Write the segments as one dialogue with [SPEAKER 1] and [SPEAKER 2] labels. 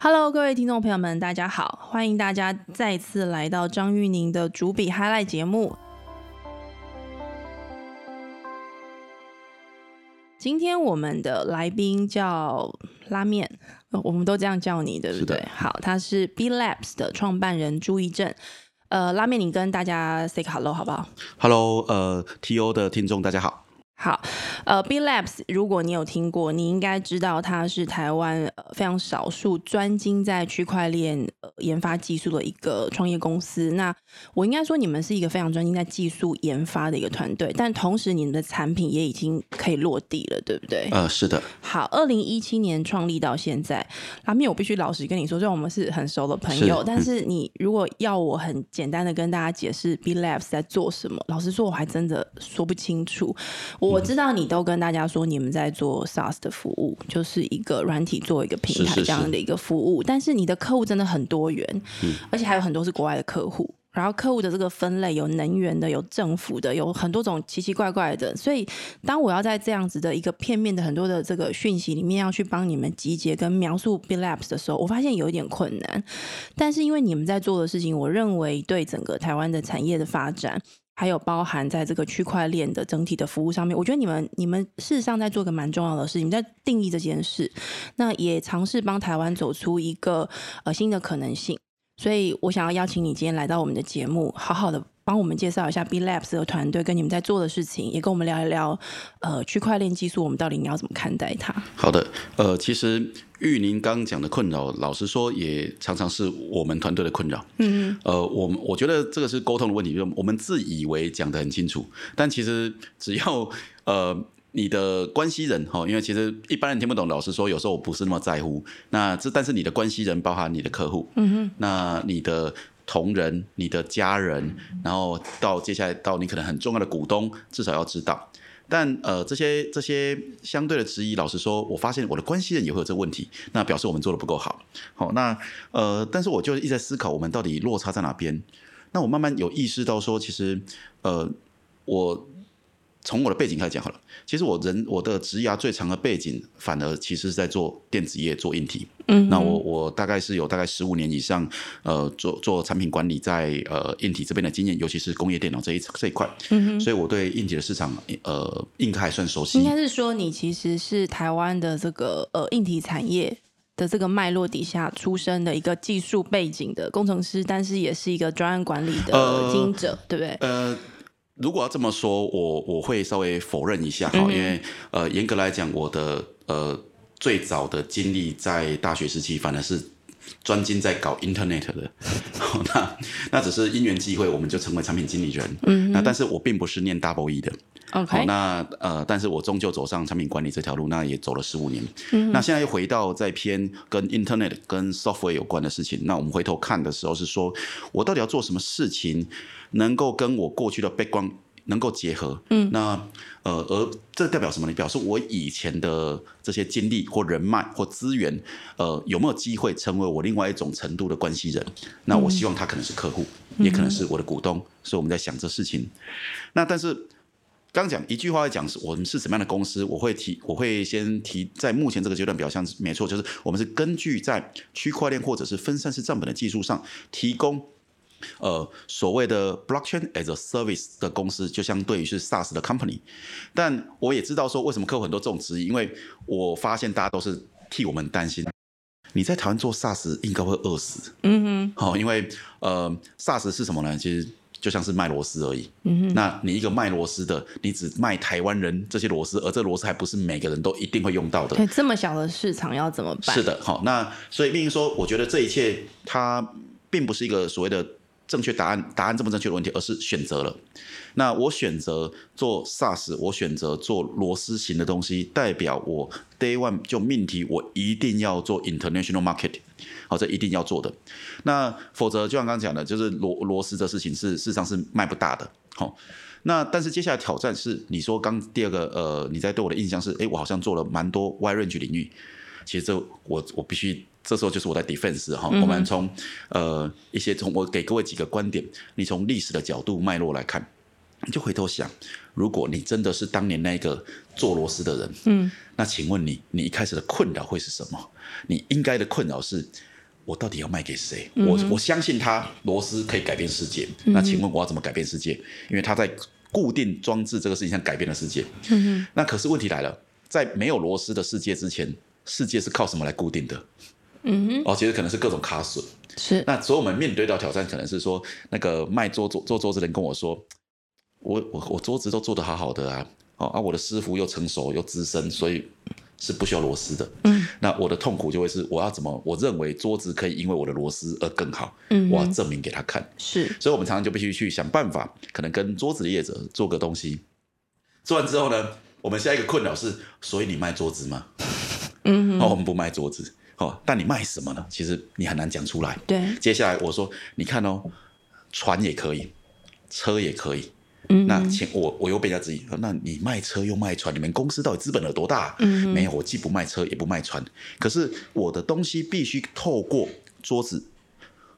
[SPEAKER 1] Hello，各位听众朋友们，大家好，欢迎大家再次来到张玉宁的主笔 Highlight 节目。今天我们的来宾叫拉面，呃我们都这样叫你，对不
[SPEAKER 2] 是的
[SPEAKER 1] 对？好，他是 B Labs 的创办人朱一正。呃，拉面，你跟大家 say hello 好不好？
[SPEAKER 2] Hello，呃，TO 的听众大家好，
[SPEAKER 1] 好，呃，B Labs，如果你有听过，你应该知道它是台湾呃非常少数专精在区块链、呃、研发技术的一个创业公司。那我应该说，你们是一个非常专精在技术研发的一个团队，但同时你们的产品也已经可以落地了，对不对？
[SPEAKER 2] 呃，是的，
[SPEAKER 1] 好，二零一七年创立到现在，拉面，我必须老实跟你说，虽然我们是很熟的朋友，
[SPEAKER 2] 是
[SPEAKER 1] 但是你如果要我很简单的跟大家解释 B Labs 在做什么，老实说，我还真的说不清楚。
[SPEAKER 2] 嗯
[SPEAKER 1] 我知道你都跟大家说你们在做 SaaS 的服务，就是一个软体做一个平台
[SPEAKER 2] 是是
[SPEAKER 1] 这样
[SPEAKER 2] 是
[SPEAKER 1] 的一个服务，但是你的客户真的很多元，
[SPEAKER 2] 嗯
[SPEAKER 1] 而且还有很多是国外的客户。然后客户的这个分类有能源的，有政府的，有很多种奇奇怪怪的。所以，当我要在这样子的一个片面的很多的这个讯息里面，要去帮你们集结跟描述 B Labs 的时候，我发现有一点困难。但是因为你们在做的事情，我认为对整个台湾的产业的发展，还有包含在这个区块链的整体的服务上面，我觉得你们你们事实上在做一个蛮重要的事情，在定义这件事，那也尝试帮台湾走出一个呃新的可能性。所以我想要邀请你今天来到我们的节目，好好的帮我们介绍一下 B Labs 的团队跟你们在做的事情，也跟我们聊一聊呃区块链技术，我们到底你要怎么看待它？
[SPEAKER 2] 好的，呃，其实玉宁刚刚讲的困扰，老实说，也常常是我们团队的困扰。
[SPEAKER 1] 嗯，
[SPEAKER 2] 呃，我们我觉得这个是沟通的问题，就是我们自以为讲得很清楚，但其实只要呃你的关系人哈，因为其实一般人听不懂，老实说，有时候我不是那么在乎。那这但是你的关系人包含你的客户，嗯哼，那你的。同仁、你的家人，然后到接下来到你可能很重要的股东，至少要知道。但呃，这些这些相对的质疑，老实说，我发现我的关系人也会有这个问题，那表示我们做的不够好。好，那呃，但是我就一直在思考，我们到底落差在哪边？那我慢慢有意识到说，其实呃，我从我的背景开始讲好了。其实我人我的职涯最长的背景，反而其实是在做电子业、做硬体。
[SPEAKER 1] 嗯
[SPEAKER 2] 那我我大概是有大概十五年以上，呃，做做产品管理在呃硬体这边的经验，尤其是工业电脑这一这一块。嗯所以我对硬体的市场呃应该还算熟悉。
[SPEAKER 1] 应该是说你其实是台湾的这个呃硬体产业的这个脉络底下出生的一个技术背景的工程师，但是也是一个专案管理的
[SPEAKER 2] 呃
[SPEAKER 1] 经营者，对不对？
[SPEAKER 2] 呃，如果要这么说，我我会稍微否认一下哈，因为呃，严格来讲，我的呃最早的经历在大学时期，反而是。专精在搞 Internet 的， 好那那只是因缘际会，我们就成为产品经理人。嗯，那但是我并不是念 Double E 的，好，
[SPEAKER 1] OK，
[SPEAKER 2] 那呃，但是我终究走上产品管理这条路，那也走了十五年。那现在又回到在偏跟 Internet 跟 software 有关的事情，那我们回头看的时候是说，我到底要做什么事情，能够跟我过去的 background 能够结合？嗯，那呃，而这代表什么呢？表示我以前的这些经历或人脉或资源，呃，有没有机会成为我另外一种程度的关系人？那我希望他可能是客户，也可能是我的股东，所以我们在想这事情。那但是。刚讲一句话来讲，是我们是什么样的公司？我会提，我会先提，在目前这个阶段比较像是没错，就是我们是根据在区块链或者是分散式账本的技术上提供。呃，所谓的 blockchain as a service 的公司，就相对于是 SaaS 的 company，但我也知道说为什么客户很多这种质疑，因为我发现大家都是替我们担心。你在台湾做 SaaS 应该会饿死，
[SPEAKER 1] 嗯
[SPEAKER 2] 好、哦因为呃，SaaS 是什么呢？其实就像是卖螺丝而已。
[SPEAKER 1] 嗯哼
[SPEAKER 2] 那你一个卖螺丝的，你只卖台湾人这些螺丝，而这螺丝还不是每个人都一定会用到
[SPEAKER 1] 哼，
[SPEAKER 2] 的。
[SPEAKER 1] 对，这么小的市场要怎么办？
[SPEAKER 2] 是的，好、那所以命运说，我觉得这一切它并不是一个所谓的正确答案，答案正不正确的问题，而是选择了。那我选择做 SaaS，我选择做螺丝型的东西，代表我 Day One 就命题，我一定要做 International Market，好，这一定要做的。那否则就像刚刚讲的，就是螺螺丝这事情是事实上是卖不大的，好、那但是接下来挑战是，你说刚第二个，呃，你在对我的印象是，诶，我好像做了蛮多 wide range 领域，其实这我我必须这时候就是我在 defense 哈、我们从呃一些从我给各位几个观点，你从历史的角度脉络来看，你就回头想，如果你真的是当年那个做螺丝的人，嗯，那请问你，你一开始的困扰会是什么？你应该的困扰是。我到底要卖给谁？我我相信它螺丝可以改变世界。那请问我要怎么改变世界？因为它在固定装置这个事情上改变了世界。那可是问题来了，在没有螺丝的世界之前，世界是靠什么来固定的？嗯哦，其实可能是各种卡榫。
[SPEAKER 1] 是
[SPEAKER 2] 那所以我们面对到挑战，可能是说那个卖桌桌做桌子的人跟我说，我我我桌子都做得好好的啊，哦啊，我的师傅又成熟又资深，所以是不需要螺丝的。嗯，那我的痛苦就会是我要怎么，我认为桌子可以因为我的螺丝而更好，
[SPEAKER 1] 嗯
[SPEAKER 2] 我要证明给他看。
[SPEAKER 1] 是，
[SPEAKER 2] 所以我们常常就必须去想办法，可能跟桌子的业者做个东西，做完之后呢，我们下一个困扰是，所以你卖桌子吗？
[SPEAKER 1] 嗯，
[SPEAKER 2] 哦，我们不卖桌子，哦，但你卖什么呢？其实你很难讲出来。
[SPEAKER 1] 对，
[SPEAKER 2] 接下来我说，你看哦，船也可以，车也可以。
[SPEAKER 1] 嗯
[SPEAKER 2] 那请我我又被人家质疑，那你卖车又卖船，你们公司到底资本有多大、
[SPEAKER 1] 嗯
[SPEAKER 2] 没有，我既不卖车也不卖船，可是我的东西必须透过桌子、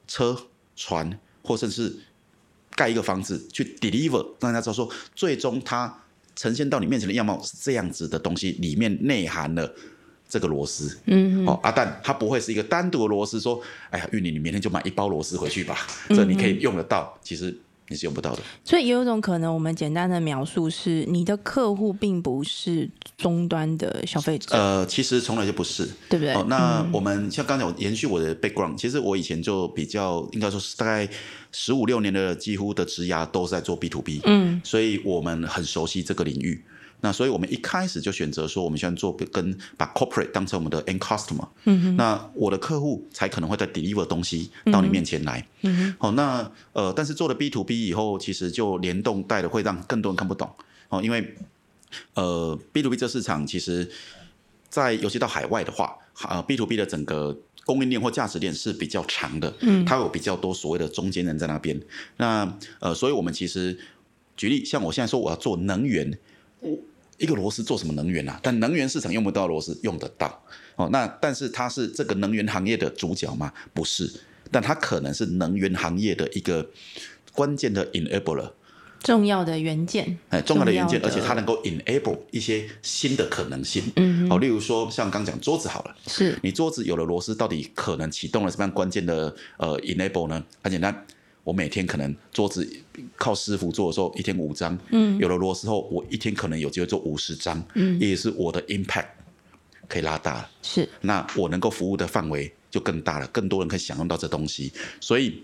[SPEAKER 2] 车、船，或甚至盖一个房子去 deliver，让大家知道说，最终它呈现到你面前的样貌是这样子的东西，里面内含了这个螺丝。
[SPEAKER 1] 嗯
[SPEAKER 2] 哦，阿蛋，它不会是一个单独的螺丝，说，哎呀，玉宁，你明天就买一包螺丝回去吧，这你可以用得到，其实你是用不到的。
[SPEAKER 1] 所以也有一种可能，我们简单的描述是，你的客户并不是终端的消费者，
[SPEAKER 2] 呃，其实从来就不是。
[SPEAKER 1] 对不对？
[SPEAKER 2] 哦，那我们像刚才我延续我的 background，其实我以前就比较应该说是大概十五六年的几乎的职涯都是在做 B to B，
[SPEAKER 1] 嗯，
[SPEAKER 2] 所以我们很熟悉这个领域。那所以我们一开始就选择说，我们喜欢做跟把 corporate 当成我们的 end customer，嗯哼，那我的客户才可能会在 deliver 东西到你面前来，嗯好、那呃，但是做了 B to B 以后，其实就联动带的会让更多人看不懂，哦，因为呃 B to B 这市场其实在尤其到海外的话，呃 B to B 的整个供应链或价值链是比较长的，嗯，它有比较多所谓的中间人在那边。那呃，所以我们其实举例，像我现在说我要做能源，我一个螺丝做什么能源啊？但能源市场用不到螺丝，用得到哦。那但是它是这个能源行业的主角吗？不是，但它可能是能源行业的一个关键的 enabler。
[SPEAKER 1] 重要的元件，
[SPEAKER 2] 哎，重要的元件，
[SPEAKER 1] 重
[SPEAKER 2] 而
[SPEAKER 1] 要的
[SPEAKER 2] 且它能够 enable 一些新的可能性。嗯，好，例如说像刚讲桌子好了，
[SPEAKER 1] 是
[SPEAKER 2] 你桌子有了螺丝，到底可能启动了什么样关键的呃 enable 呢？很简单，我每天可能桌子靠师傅做的时候，一天五张，嗯，有了螺丝后，我一天可能有机会做五十张，嗯，也是我的 impact 可以拉大了。
[SPEAKER 1] 是，
[SPEAKER 2] 那我能够服务的范围就更大了，更多人可以享用到这东西。所以，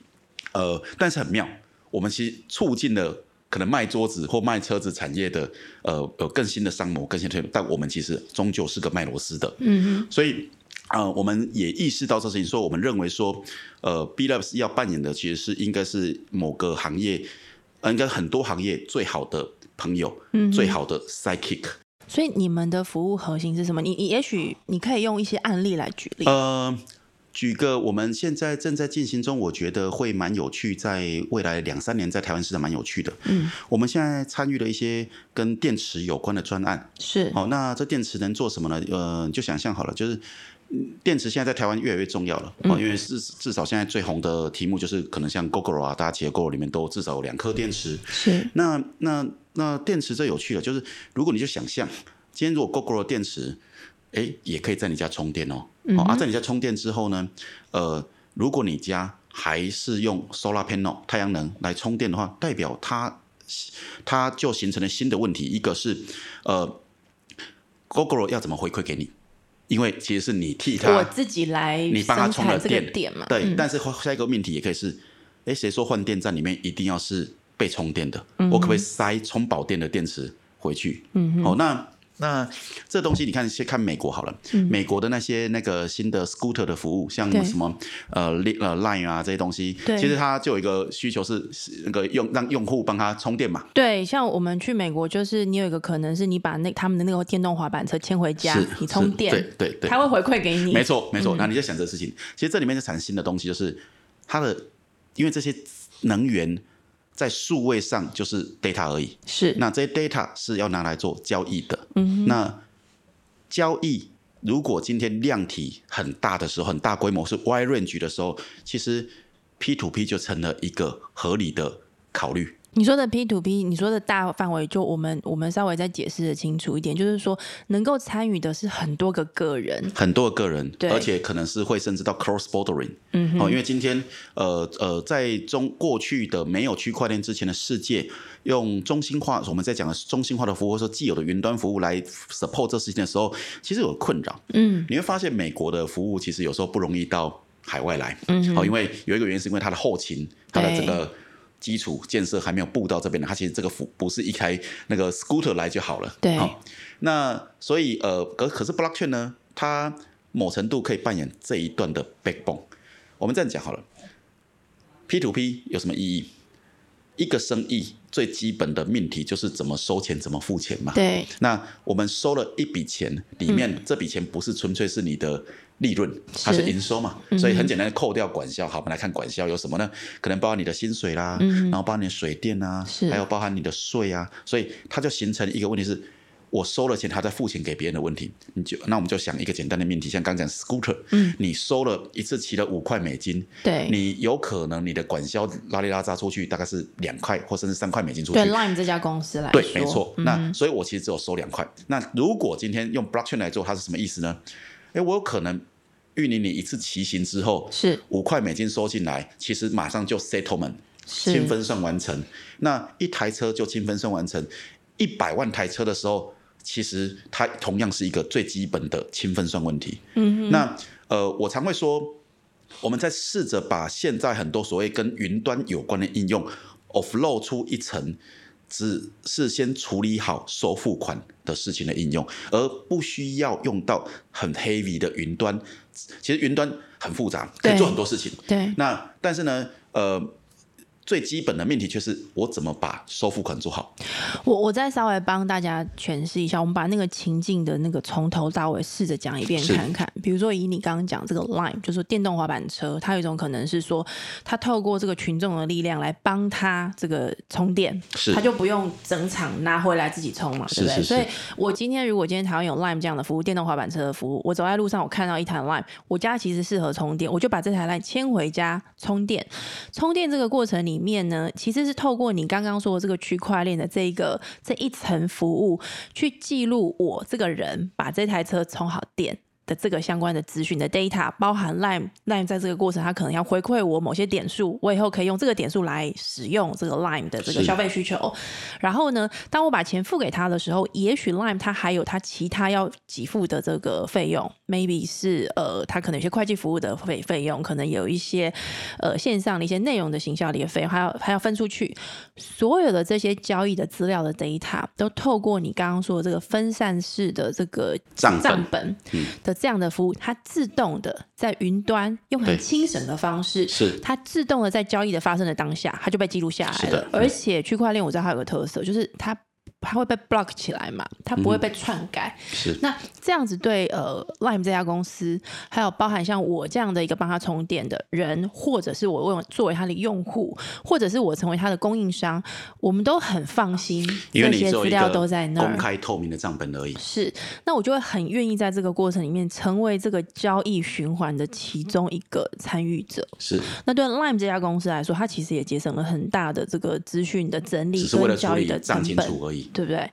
[SPEAKER 2] 呃，但是很妙，我们其实促进了可能卖桌子或卖车子产业的，呃，有更新的商模、更新的推动，但我们其实终究是个卖螺丝的。
[SPEAKER 1] 嗯
[SPEAKER 2] 所以。啊、我们也意识到这事情，所以我们认为说，呃，B Labs 要扮演的其实是应该是某个行业，呃应该很多行业最好的朋友，嗯、最好的 psychic，
[SPEAKER 1] 哼，所以你们的服务核心是什么？你你也许你可以用一些案例来举例，
[SPEAKER 2] 呃，举个我们现在正在进行中，我觉得会蛮有趣，在未来两三年在台湾市场蛮有趣的。嗯，我们现在参与了一些跟电池有关的专案。
[SPEAKER 1] 是，
[SPEAKER 2] 好、那这电池能做什么呢？呃，就想象好了，就是。嗯电池现在在台湾越来越重要了，哦，因为至至少现在最红的题目就是可能像 GoGo 啊，大家结构里面都至少有两颗电池，
[SPEAKER 1] 是，
[SPEAKER 2] 那那那电池最有趣了，就是如果你就想象，今天如果 GoGo 的电池，哎，也可以在你家充电哦。哦啊，在你家充电之后呢，呃，如果你家还是用 solar panel 太阳能来充电的话，代表它它就形成了新的问题，一个是呃，GoGo 要怎么回馈给你？因为其实是你替它，
[SPEAKER 1] 我自己来
[SPEAKER 2] 你帮啊他
[SPEAKER 1] 生
[SPEAKER 2] 充了
[SPEAKER 1] 产这
[SPEAKER 2] 电
[SPEAKER 1] 个点嘛，嗯
[SPEAKER 2] 对，但是后下一个命题也可以是，哎，谁说换电站里面一定要是被充电的？
[SPEAKER 1] 嗯
[SPEAKER 2] 我可不可以塞充饱电的电池回去？嗯，好、那。那这东西你看，先看美国好了。美国的那些那个新的 scooter 的服务，像
[SPEAKER 1] 嗯对
[SPEAKER 2] 什么呃，Li- 呃 Line 啊这些东西，
[SPEAKER 1] 对
[SPEAKER 2] 其实它就有一个需求是是那个用让用户帮他充电嘛。
[SPEAKER 1] 对，像我们去美国，就是你有一个可能是你把那他们的那个电动滑板车牵回家
[SPEAKER 2] 是，
[SPEAKER 1] 你充
[SPEAKER 2] 是
[SPEAKER 1] 电，
[SPEAKER 2] 对对对
[SPEAKER 1] 他会回馈给你，
[SPEAKER 2] 没错，没错。那你就想这个事情，其实这里面就产生新的东西，就是它的，因为这些能源在数位上就是 data 而已，
[SPEAKER 1] 是，
[SPEAKER 2] 那这些 data 是要拿来做交易的。嗯，那交易如果今天量体很大的时候，很大规模是 wide range 的时候，其实 P to P 就成了一个合理的考虑。
[SPEAKER 1] 你说的 P to P，你说的大范围，就我们我们稍微再解释的清楚一点，就是说能够参与的是很多个个人，
[SPEAKER 2] 很多个人，
[SPEAKER 1] 对
[SPEAKER 2] 而且可能是会甚至到 cross bordering，
[SPEAKER 1] 嗯
[SPEAKER 2] 哦，因为今天呃呃，在中过去的没有区块链之前的世界，用中心化我们在讲的中心化的服务，或者说既有的云端服务来 support 这事情的时候，其实有困扰。
[SPEAKER 1] 嗯，
[SPEAKER 2] 你会发现美国的服务其实有时候不容易到海外来，嗯，哦，因为有一个原因是因为它的后勤，它的整个。基础建设还没有布到这边呢，它其实这个服不是一开那个 scooter 来就好了。
[SPEAKER 1] 对
[SPEAKER 2] 好那所以呃，可可是 blockchain 呢，它某程度可以扮演这一段的 backbone。我们这样讲好了，P to P 有什么意义？一个生意最基本的命题就是怎么收钱，怎么付钱嘛。
[SPEAKER 1] 对，
[SPEAKER 2] 那我们收了一笔钱，里面这笔钱不是纯粹是你的利润，它是
[SPEAKER 1] 嗯是嗯
[SPEAKER 2] 营收嘛，所以很简单的扣掉管销。好，我们来看管销有什么呢？可能包含你的薪水啦，然后包含你的水电啊
[SPEAKER 1] 嗯是，
[SPEAKER 2] 还有包含你的税啊，所以它就形成一个问题是。我收了钱，他在付钱给别人的问题，你就那我们就想一个简单的命题，像刚讲 scooter，、
[SPEAKER 1] 嗯、
[SPEAKER 2] 你收了一次骑了五块美金，
[SPEAKER 1] 对，
[SPEAKER 2] 你有可能你的管销拉里拉扎出去大概是两块或甚至三块美金出去，
[SPEAKER 1] 对 Line 这家公司来说，嗯
[SPEAKER 2] 对，没错。那所以，我其实只有收两块。那如果今天用 blockchain 来做，它是什么意思呢？诶，我有可能预你你一次骑行之后，
[SPEAKER 1] 是
[SPEAKER 2] 五块美金收进来，其实马上就 settlement
[SPEAKER 1] 是
[SPEAKER 2] 清分算完成。那一台车就清分算完成，一百万台车的时候，其实它同样是一个最基本的清分算问题。嗯，那呃，我常会说，我们在试着把现在很多所谓跟云端有关的应用 offload 出一层。只是先处理好收付款的事情的应用，而不需要用到很 heavy 的云端。其实云端很复杂，可以
[SPEAKER 1] 对
[SPEAKER 2] 做很多事情。
[SPEAKER 1] 对
[SPEAKER 2] 那但是呢，呃，最基本的命题却是我怎么把收付款做好。
[SPEAKER 1] 我我再稍微帮大家诠释一下，我们把那个情境的那个从头到尾试着讲一遍
[SPEAKER 2] 是
[SPEAKER 1] 看看。比如说以你刚刚讲这个 Line，就是说电动滑板车，它有一种可能是说，它透过这个群众的力量来帮它这个充电，
[SPEAKER 2] 是
[SPEAKER 1] 它就不用整场拿回来自己充嘛，对不
[SPEAKER 2] 是
[SPEAKER 1] 对？
[SPEAKER 2] 是
[SPEAKER 1] 所以我今天如果今天台湾有 Lime 这样的服务，电动滑板车的服务，我走在路上我看到一台 Lime，我家其实适合充电，我就把这台 Lime 牵回家充电。充电这个过程里面呢，其实是透过你刚刚说的这个区块链的这一个这一层服务，去记录我这个人把这台车充好电。的这个相关的资讯的 data，包含 Lime Lime 在这个过程，它可能要回馈我某些点数，我以后可以用这个点数来使用这个 Lime 的这个
[SPEAKER 2] 是
[SPEAKER 1] 消费需求。然后呢，当我把钱付给他的时候，也许 Lime 他还有他其他要给付的这个费用，maybe 是呃，他可能有些会计服务的费费用，可能有一些呃线上的一些内容的行销的一个费用，还要还要分出去。所有的这些交易的资料的 data 都透过你刚刚说的这个分散式的这个
[SPEAKER 2] 账本
[SPEAKER 1] 账本的这样的服务，它自动的在云端用很
[SPEAKER 2] 对
[SPEAKER 1] 轻省的方式，
[SPEAKER 2] 是
[SPEAKER 1] 它自动的在交易的发生的当下，它就被记录下来
[SPEAKER 2] 是
[SPEAKER 1] 了
[SPEAKER 2] 的。
[SPEAKER 1] 而且区块链我知道它有个特色，就是它它会被 block 起来嘛，它不会被篡改。
[SPEAKER 2] 是
[SPEAKER 1] 那这样子对呃 Lime 这家公司，还有包含像我这样的一个帮他充电的人，或者是我用作为他的用户，或者是我成为他的供应商，我们都很放心，
[SPEAKER 2] 因为
[SPEAKER 1] 这
[SPEAKER 2] 你只
[SPEAKER 1] 些
[SPEAKER 2] 有
[SPEAKER 1] 资
[SPEAKER 2] 一
[SPEAKER 1] 料
[SPEAKER 2] 个
[SPEAKER 1] 都在那
[SPEAKER 2] 公
[SPEAKER 1] 儿。
[SPEAKER 2] 开透明的账本而已。
[SPEAKER 1] 是，那我就会很愿意在这个过程里面成为这个交易循环的其中一个参与者。
[SPEAKER 2] 是，
[SPEAKER 1] 那对 Lime 这家公司来说，它其实也节省了很大的这个资讯的整理
[SPEAKER 2] 只是为了
[SPEAKER 1] 跟
[SPEAKER 2] 处
[SPEAKER 1] 交易
[SPEAKER 2] 理
[SPEAKER 1] 的成
[SPEAKER 2] 账清
[SPEAKER 1] 本，
[SPEAKER 2] 楚而已。
[SPEAKER 1] 对不对？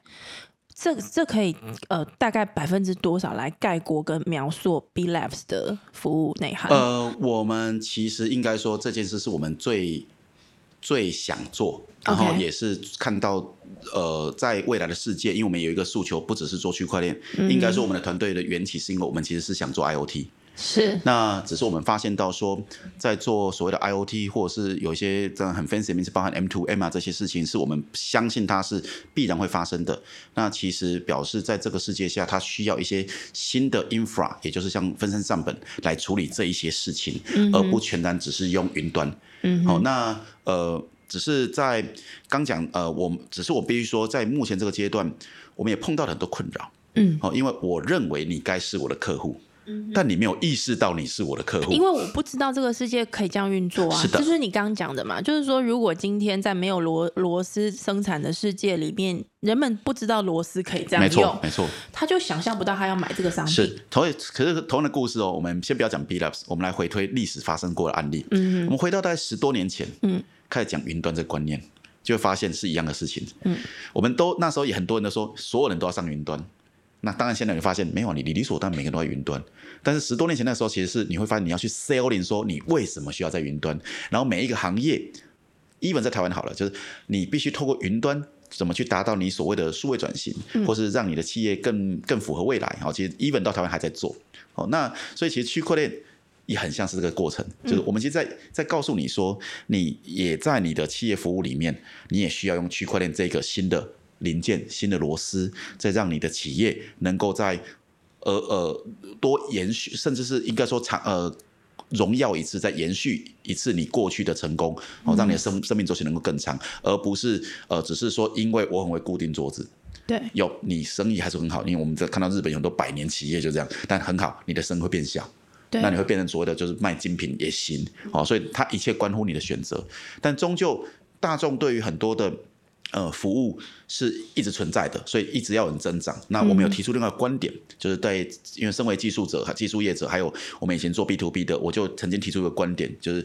[SPEAKER 1] 这这可以呃大概百分之多少来概括跟描述 B Labs 的服务内涵？
[SPEAKER 2] 呃，我们其实应该说这件事是我们最最想做，然后
[SPEAKER 1] OK
[SPEAKER 2] 也是看到呃，在未来的世界，因为我们有一个诉求，不只是做区块链，
[SPEAKER 1] 嗯
[SPEAKER 2] 应该说我们的团队的缘起是因为我们其实是想做 IOT。
[SPEAKER 1] 是
[SPEAKER 2] 那只是我们发现到说，在做所谓的 IOT 或者是有一些这样很 fancy 的名词，包含 M to M 啊这些事情，是我们相信它是必然会发生的。那其实表示在这个世界下，它需要一些新的 infra，也就是像分身账本来处理这一些事情，
[SPEAKER 1] 嗯
[SPEAKER 2] 而不全然只是用云端。嗯，好、那呃。只是在刚讲，呃，我们只是我必须说，在目前这个阶段，我们也碰到了很多困扰，
[SPEAKER 1] 嗯，
[SPEAKER 2] 哦，因为我认为你该是我的客户，但你没有意识到你是我的客
[SPEAKER 1] 因
[SPEAKER 2] 户。
[SPEAKER 1] 为我不知道这个世界可以这样运作啊，
[SPEAKER 2] 是的
[SPEAKER 1] 这就是你刚刚讲的嘛，就是说，如果今天在没有螺螺丝生产的世界里面，人们不知道螺丝可以这
[SPEAKER 2] 没
[SPEAKER 1] 样
[SPEAKER 2] 错
[SPEAKER 1] 用，，
[SPEAKER 2] 没错，
[SPEAKER 1] 他就想象不到他要买这个商品。
[SPEAKER 2] 是同样可是同样的故事哦。我们先不要讲 B Labs，我们来回推历史发生过的案例。嗯，我们回到大概十多年前，嗯，开始讲云端这个观念。就会发现是一样的事情。嗯，我们都那时候也很多人都说，所有人都要上云端。那当然，现在你发现没有，啊你你理所当然每个人都在云端。但是十多年前那时候，其实是你会发现你要去 selling 说你为什么需要在云端，然后每一个行业，even 在台湾好了，就是你必须透过云端怎么去达到你所谓的数位转型，或是让你的企业更更符合未来。哦好，其实 even 到台湾还在做。好，那所以其实区块链。也很像是这个过程，就是我们其实在在告诉你说，你也在你的企业服务里面，你也需要用区块链这个新的零件、新的螺丝，再让你的企业能够在呃呃多延续，甚至是应该说长呃荣耀一次，再延续一次你过去的成功，哦，让你的生生命周期能够更长，而不是呃只是说因为我很会固定桌子，
[SPEAKER 1] 对，
[SPEAKER 2] 有你生意还是很好，因为我们在看到日本有很多百年企业就这样，但很好，你的生意会变小。
[SPEAKER 1] 对
[SPEAKER 2] 那你会变成所谓的就是卖精品也行，好、所以它一切关乎你的选择，但终究大众对于很多的。呃，服务是一直存在的，所以一直要有人增长。那我们有提出另外一个观点，就是对，因为身为技术者、技术业者，还有我们以前做 B to B 的，我就曾经提出一个观点，就是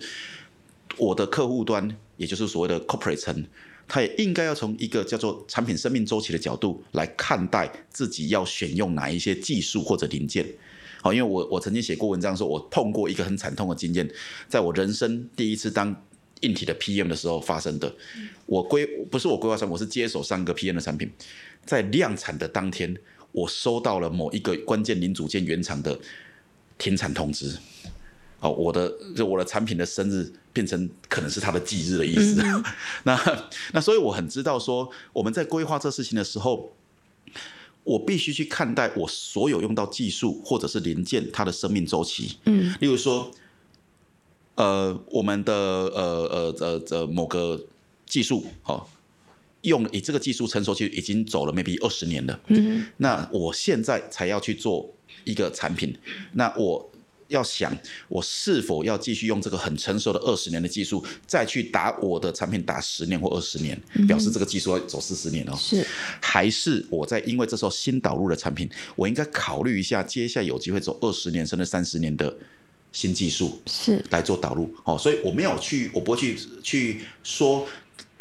[SPEAKER 2] 我的客户端，也就是所谓的 corporate 层，他也应该要从一个叫做产品生命周期的角度来看待自己要选用哪一些技术或者零件。好，因为我我曾经写过文章说，我碰过一个很惨痛的经验，在我人生第一次当硬体的 PM 的时候发生的。我规不是我规划产品，我是接手三个 PM 的产品，在量产的当天，我收到了某一个关键零组件原厂的停产通知。哦，我的就我的产品的生日变成可能是它的忌日的意思。 那那所以我很知道说，我们在规划这事情的时候，我必须去看待我所有用到技术或者是零件它的生命周期。嗯，例如说，呃，我们的呃呃呃呃某个技术，好、用了以这个技术成熟期已经走了 maybe 二十年了。嗯，那我现在才要去做一个产品，那我要想我是否要继续用这个很成熟的二十年的技术，再去打我的产品打十年或二十年，表示这个技术要走四十年哦。
[SPEAKER 1] 是
[SPEAKER 2] 还是我在因为这时候新导入的产品，我应该考虑一下接下来有机会走二十年甚至三十年的新技术。
[SPEAKER 1] 是，
[SPEAKER 2] 来做导入哦，所以我没有去，我不会去去说，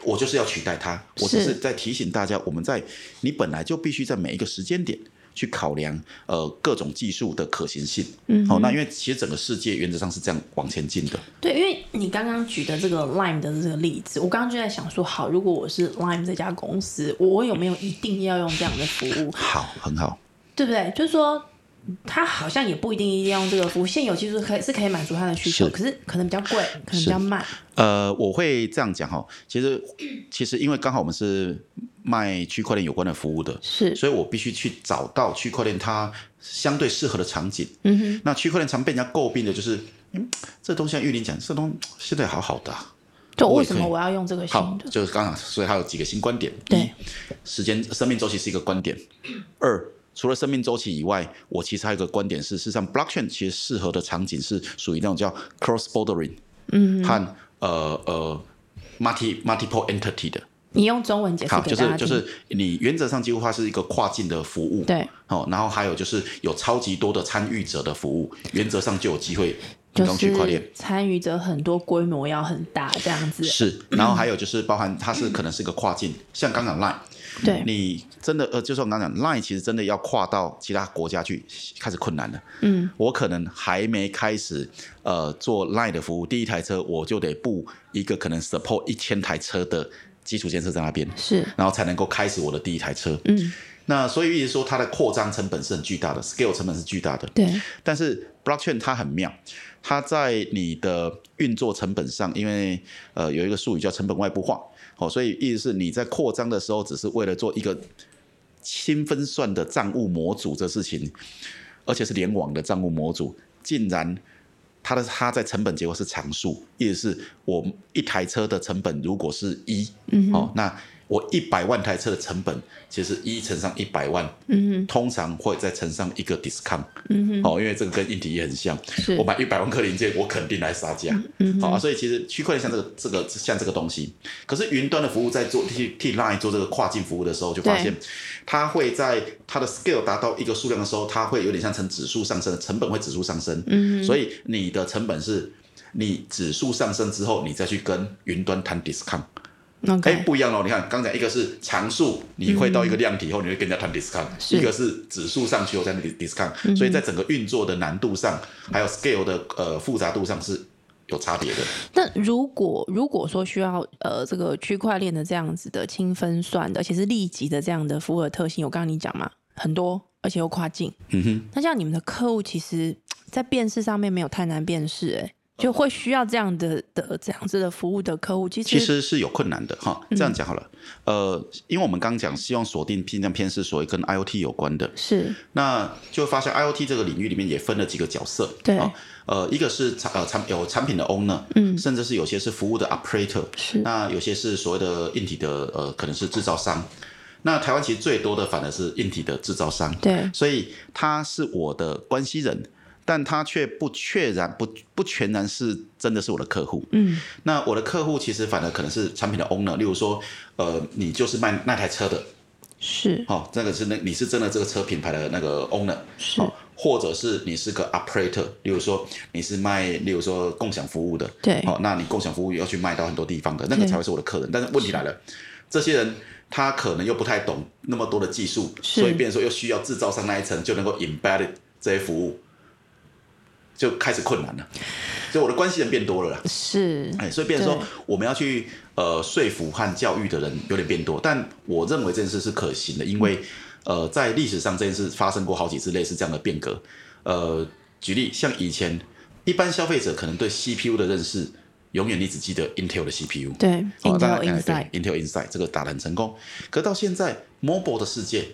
[SPEAKER 2] 我就是要取代它，我只
[SPEAKER 1] 是
[SPEAKER 2] 是在提醒大家，我们在你本来就必须在每一个时间点去考量呃各种技术的可行性。嗯，好、那因为其实整个世界原则上是这样往前进的，
[SPEAKER 1] 对，因为你刚刚举的这个 Lime 的这个例子，我刚刚就在想说，好，如果我是 Lime 这家公司，我有没有一定要用这样的服务？
[SPEAKER 2] 好，很好，
[SPEAKER 1] 对不对？就是说，他好像也不一定一定要用这个服务，现有技术可以是可以满足他的需求，
[SPEAKER 2] 是
[SPEAKER 1] 可是可能比较贵，可能比较慢。
[SPEAKER 2] 呃，我会这样讲哈，其实其实因为刚好我们是卖区块链有关的服务的，
[SPEAKER 1] 是，
[SPEAKER 2] 所以我必须去找到区块链它相对适合的场景。
[SPEAKER 1] 嗯哼，
[SPEAKER 2] 那区块链常被人家诟病的就是，嗯，这东西像玉林讲，这东现在好好的、啊，
[SPEAKER 1] 就
[SPEAKER 2] 我
[SPEAKER 1] 为
[SPEAKER 2] 也
[SPEAKER 1] 什
[SPEAKER 2] 可以
[SPEAKER 1] 么我要用这个新
[SPEAKER 2] 好
[SPEAKER 1] 的，？
[SPEAKER 2] 就是刚好，所以它有几个新观点。
[SPEAKER 1] 对
[SPEAKER 2] 一，时间生命周期是一个观点。二，除了生命周期以外，我其实还有一个观点是，事实上 blockchain 其实适合的场景是属于那种叫 cross bordering，嗯，和呃呃 multi multiple entity 的。
[SPEAKER 1] 你用中文解释
[SPEAKER 2] 好，
[SPEAKER 1] 给
[SPEAKER 2] 就
[SPEAKER 1] 大
[SPEAKER 2] 是
[SPEAKER 1] 家听。
[SPEAKER 2] 就是你原则上几乎它是一个跨境的服务，
[SPEAKER 1] 对，
[SPEAKER 2] 哦，然后还有就是有超级多的参与者的服务，原则上就有机会
[SPEAKER 1] 就
[SPEAKER 2] 提供区块链。
[SPEAKER 1] 是参与者很多，规模要很大这样子。
[SPEAKER 2] 是，然后还有就是包含它是可能是一个跨境，像刚刚 Line，
[SPEAKER 1] 对，
[SPEAKER 2] 你真的呃，就是我刚刚讲 Line，其实真的要跨到其他国家去开始困难了。嗯，我可能还没开始呃做 Line 的服务，第一台车我就得布一个可能 support 一千台车的基础建设在那边。
[SPEAKER 1] 是
[SPEAKER 2] 然后才能够开始我的第一台车。嗯，那所以意思说它的扩张成本是很巨大的，scale 成本是巨大的。
[SPEAKER 1] 对，
[SPEAKER 2] 但是 blockchain 它很妙，它在你的运作成本上，因为呃有一个术语叫成本外部化，哦，所以意思是你在扩张的时候，只是为了做一个新分算的账务模组这事情，而且是联网的账务模组，竟然。它的它在成本结构是常数，意思是我一台车的成本如果是一、哦，那我一百万台车的成本其实一乘上一百万，嗯、通常会再乘上一个 discount，哦，因为这个跟硬体也很像
[SPEAKER 1] 是。
[SPEAKER 2] 我买一百万颗零件，我肯定来杀价。好、啊，所以其实区块链像这个这个像这个东西，可是云端的服务在做替替 Line 做这个跨境服务的时候，就发现它会在它的 scale 达到一个数量的时候，它会有点像呈指数上升，成本会指数上升。嗯，所以你的成本是你指数上升之后，你再去跟云端谈 discount。哎、
[SPEAKER 1] OK，
[SPEAKER 2] 不一样哦！你看，刚才一个是常数，你会到一个量体以后，你会跟人家谈 discount；
[SPEAKER 1] 嗯是嗯
[SPEAKER 2] 一个是指数上去后再谈 discount，、所以在整个运作的难度上，还有 scale 的呃复杂度上是有差别的。
[SPEAKER 1] 那如果如果说需要呃这个区块链的这样子的轻分算的，而且是立即的这样的服务的特性，我刚刚你讲嘛，很多而且又跨境，
[SPEAKER 2] 嗯哼，
[SPEAKER 1] 那像你们的客户其实，在辨识上面没有太难辨识、欸，就会需要这样的的这样子的服务的客户，其实嗯
[SPEAKER 2] 其实是有困难的哈。这样讲好了，呃，因为我们刚讲希望锁定偏向偏是所谓跟 IOT 有关的，
[SPEAKER 1] 是
[SPEAKER 2] 那就会发现 IOT 这个领域里面也分了几个角色，
[SPEAKER 1] 对
[SPEAKER 2] 啊呃，一个是产呃产有产品的 owner，嗯，甚至是有些是服务的 operator，
[SPEAKER 1] 是
[SPEAKER 2] 那有些是所谓的硬体的呃可能是制造商，那台湾其实最多的反而是硬体的制造商，
[SPEAKER 1] 对
[SPEAKER 2] 所以他是我的关系人，但他却不确然不不全然是真的是我的客户。
[SPEAKER 1] 嗯，
[SPEAKER 2] 那我的客户其实反而可能是产品的 owner，例如说，呃，你就是卖那台车的，
[SPEAKER 1] 是
[SPEAKER 2] 哦，这个是那你是真的这个车品牌的那个 owner，
[SPEAKER 1] 是
[SPEAKER 2] 哦，或者是你是个 operator，例如说你是卖，例如说共享服务的，
[SPEAKER 1] 对
[SPEAKER 2] 哦，那你共享服务要去卖到很多地方的，那个
[SPEAKER 1] 对
[SPEAKER 2] 才会是我的客人。但是问题来了，这些人他可能又不太懂那么多的技术，
[SPEAKER 1] 是
[SPEAKER 2] 所以变成说又需要制造商那一层就能够 embed 这些服务，就开始困难了，所以我的关系人变多了啦。
[SPEAKER 1] 是
[SPEAKER 2] 哎，所以变成说
[SPEAKER 1] 对
[SPEAKER 2] 我们要去呃说服和教育的人有点变多，但我认为这件事是可行的，因为呃在历史上这件事发生过好几次类似这样的变革。呃，举例像以前一般消费者可能对 CPU 的认识，永远你只记得 Intel 的 CPU，
[SPEAKER 1] 对
[SPEAKER 2] 哦当然
[SPEAKER 1] Intel
[SPEAKER 2] 哎对
[SPEAKER 1] Inside
[SPEAKER 2] Intel Inside 这个打得很成功，可到现在 mobile 的世界，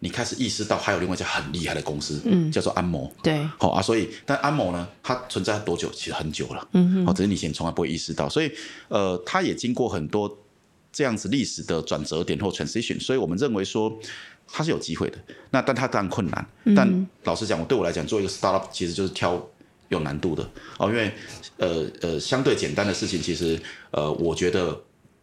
[SPEAKER 2] 你开始意识到还有另外一家很厉害的公司，嗯，叫做安谋，
[SPEAKER 1] 对
[SPEAKER 2] 好、啊，所以但安某呢，它存在多久？其实很久了，嗯哼，哦，只是你以前从来不会意识到，所以呃，它也经过很多这样子历史的转折点或 transition，所以我们认为说它是有机会的。那但它当然困难，但老实讲，我对我来讲，做一个 startup 其实就是挑有难度的哦，因为呃呃，相对简单的事情，其实呃，我觉得。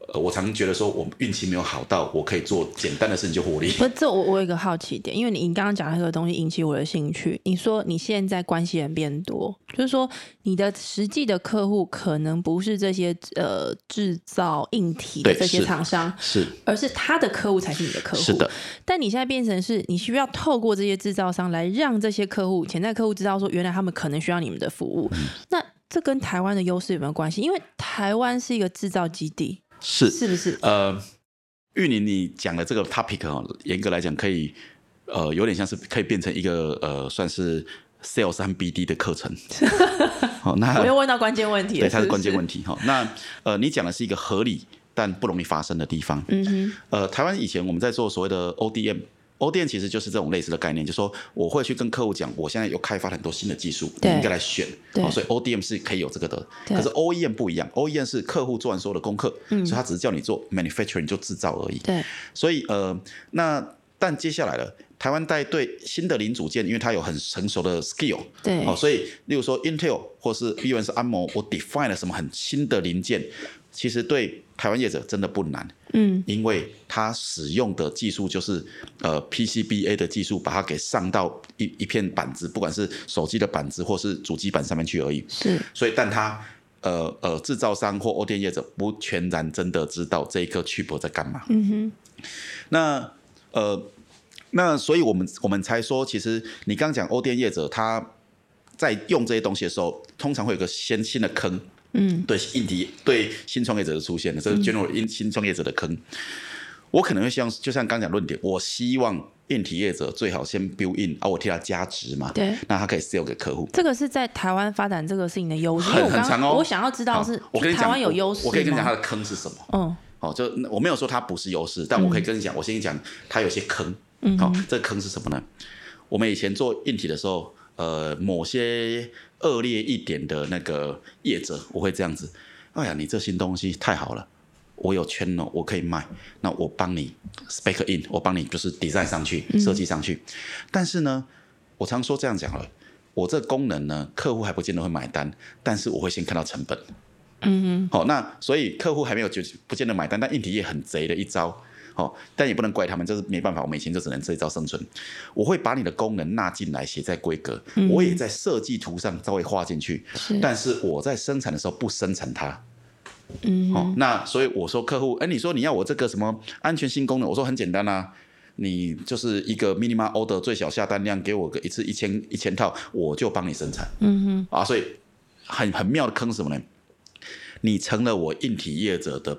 [SPEAKER 2] 呃，我常觉得说，我运气没有好到我可以做简单的事情就获利。
[SPEAKER 1] 不是，这我我有一个好奇点，因为你你刚刚讲那个东西引起我的兴趣。你说你现在关系人变多，就是说你的实际的客户可能不是这些呃制造硬体的
[SPEAKER 2] 对
[SPEAKER 1] 这些
[SPEAKER 2] 是
[SPEAKER 1] 厂商，
[SPEAKER 2] 是
[SPEAKER 1] 而是他的客户才是你的客户。
[SPEAKER 2] 是的，
[SPEAKER 1] 但你现在变成是你需要透过这些制造商来让这些客户、潜在客户知道说，原来他们可能需要你们的服
[SPEAKER 2] 嗯
[SPEAKER 1] 务。那这跟台湾的优势有没有关系？因为台湾是一个制造基地，
[SPEAKER 2] 是
[SPEAKER 1] 是不是？
[SPEAKER 2] 呃，玉宁，你讲的这个 topic 哦，严格来讲可以，呃，有点像是可以变成一个呃，算是 sales 和 BD 的课程。好、那
[SPEAKER 1] 我又问到关键问题了，
[SPEAKER 2] 对，它是关键问
[SPEAKER 1] 题。
[SPEAKER 2] 题哈、那呃，你讲的是一个合理但不容易发生的地方。
[SPEAKER 1] 嗯哼，
[SPEAKER 2] 呃，台湾以前我们在做所谓的 ODM。ODM 其实就是这种类似的概念，就说我会去跟客户讲，我现在有开发很多新的技术，你
[SPEAKER 1] 对
[SPEAKER 2] 应该来选。
[SPEAKER 1] 对
[SPEAKER 2] 哦，所以 ODM 是可以有这个的，
[SPEAKER 1] 对嗯
[SPEAKER 2] 可是 OEM 不一样，OEM 是客户做完所有的功课，所以他只是叫你做 manufacturing 就制造而已。
[SPEAKER 1] 对，
[SPEAKER 2] 所以呃，那但接下来了，台湾带对新的零组件，因为它有很成熟的 skill，
[SPEAKER 1] 对
[SPEAKER 2] 哦，所以例如说 Intel 或是 u s 安谋，我 define 了什么很新的零件，其实对台湾业者真的不难，
[SPEAKER 1] 嗯，
[SPEAKER 2] 因为它使用的技术就是呃 PCBA 的技术，把它给上到一一片板子，不管是手机的板子或是主机板上面去而已。
[SPEAKER 1] 是
[SPEAKER 2] 所以但它呃呃制造商或 O 店业者不全然真的知道这一颗 chip 在干嘛。嗯哼，那呃那所以我们我们才说，其实你刚讲 O 店业者他在用这些东西的时候，通常会有个先新的坑。嗯，对硬体对新创业者的出现的，这是 general 新新创业者的坑。我可能会像就像刚讲论点，我希望硬体业者最好先 build in 啊，我替他加值嘛，
[SPEAKER 1] 对
[SPEAKER 2] 那他可以 sell 给客户。
[SPEAKER 1] 这个是在台湾发展这个事情的优势。因为
[SPEAKER 2] 很
[SPEAKER 1] 我
[SPEAKER 2] 很
[SPEAKER 1] 刚
[SPEAKER 2] 长
[SPEAKER 1] 刚
[SPEAKER 2] 哦。
[SPEAKER 1] 我想要知道
[SPEAKER 2] 好
[SPEAKER 1] 是
[SPEAKER 2] 我跟你讲
[SPEAKER 1] 台湾有优势
[SPEAKER 2] 我，我可以跟你讲它
[SPEAKER 1] 吗，
[SPEAKER 2] 的坑是什么。
[SPEAKER 1] 嗯，
[SPEAKER 2] 哦，就我没有说它不是优势，但我可以跟你讲，我先跟你讲它有些坑。嗯，好、这个坑是什么呢？我们以前做硬体的时候，呃，某些恶劣一点的那个业者，我会这样子：哎呀，你这新东西太好了。我有圈了，我可以卖，那我帮你 spec in，我帮你就是 design 上去，
[SPEAKER 1] 嗯
[SPEAKER 2] 设计上去。但是呢，我常说这样讲好了，我这功能呢，客户还不见得会买单，但是我会先看到成本。好、那所以客户还没有就不见得买单，但硬体业很贼的一招。好、但也不能怪他们，这是没办法，我们以前就只能这一招生存。我会把你的功能纳进来，写在规格，我也在设计图上稍微画进去，
[SPEAKER 1] 是
[SPEAKER 2] 但是我在生产的时候不生产它，嗯，哦，那所以我说客户，哎，你说你要我这个什么安全性功能，我说很简单啊。你就是一个 minimum order 最小下单量，给我个一次一千一千套，我就帮你生产。嗯哼，啊，所以很很妙的坑是什么呢？你成了我硬体业者的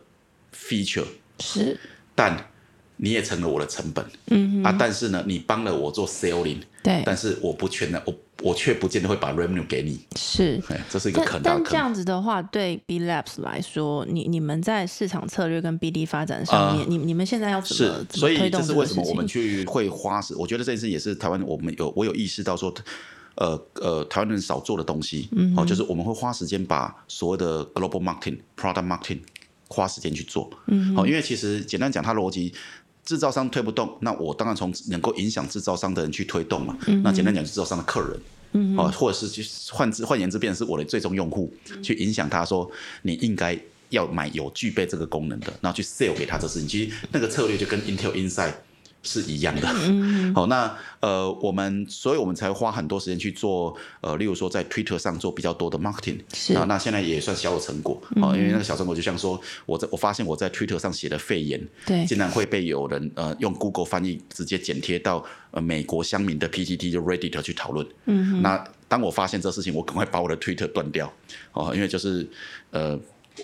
[SPEAKER 2] feature，
[SPEAKER 1] 是
[SPEAKER 2] 但你也成了我的成本。嗯啊，但是呢，你帮了我做 selling，
[SPEAKER 1] 对，
[SPEAKER 2] 但是我不全然，我我却不见得会把 revenue 给你。
[SPEAKER 1] 是。
[SPEAKER 2] 哎，这是一个
[SPEAKER 1] 但
[SPEAKER 2] 很大的
[SPEAKER 1] 但这
[SPEAKER 2] 坑。
[SPEAKER 1] 样子的话，对 B Labs 来说，你你们在市场策略跟 BD 发展上面，你你们现在要怎
[SPEAKER 2] 呃是
[SPEAKER 1] 么，怎
[SPEAKER 2] 所
[SPEAKER 1] 么
[SPEAKER 2] 以
[SPEAKER 1] 推
[SPEAKER 2] 这
[SPEAKER 1] 动
[SPEAKER 2] 是
[SPEAKER 1] 这
[SPEAKER 2] 为
[SPEAKER 1] 个
[SPEAKER 2] 什
[SPEAKER 1] 事
[SPEAKER 2] 么我们
[SPEAKER 1] 情？
[SPEAKER 2] 去会花时。我觉得这件事也是台湾，我们有我有意识到说，呃呃，台湾人少做的东西，嗯，哦，就是我们会花时间把所谓的 global marketing、product marketing 花时间去做，嗯，好，因为其实简单讲，它逻辑。制造商推不动，那我当然从能够影响制造商的人去推动嘛。
[SPEAKER 1] 嗯
[SPEAKER 2] 那简单讲，制造商的客人，嗯、哦，或者是去换之换言之，变成是我的最终用户，去影响他说你应该要买有具备这个功能的，然后去 sell 给他这事情。其实那个策略就跟 Intel Inside 是一样的。 好，那呃，我们所以我们才花很多时间去做呃，例如说在 Twitter 上做比较多的 marketing
[SPEAKER 1] 是
[SPEAKER 2] 啊，那现在也算小有成果啊、哦因为那个小成果就像说我在我发现我在 Twitter 上写的肺炎，
[SPEAKER 1] 对
[SPEAKER 2] 竟然会被有人呃用 Google 翻译直接剪贴到呃美国乡民的 PTT 就 Reddit 去讨论。嗯，那当我发现这事情，我赶快把我的 Twitter 断掉哦，因为就是呃。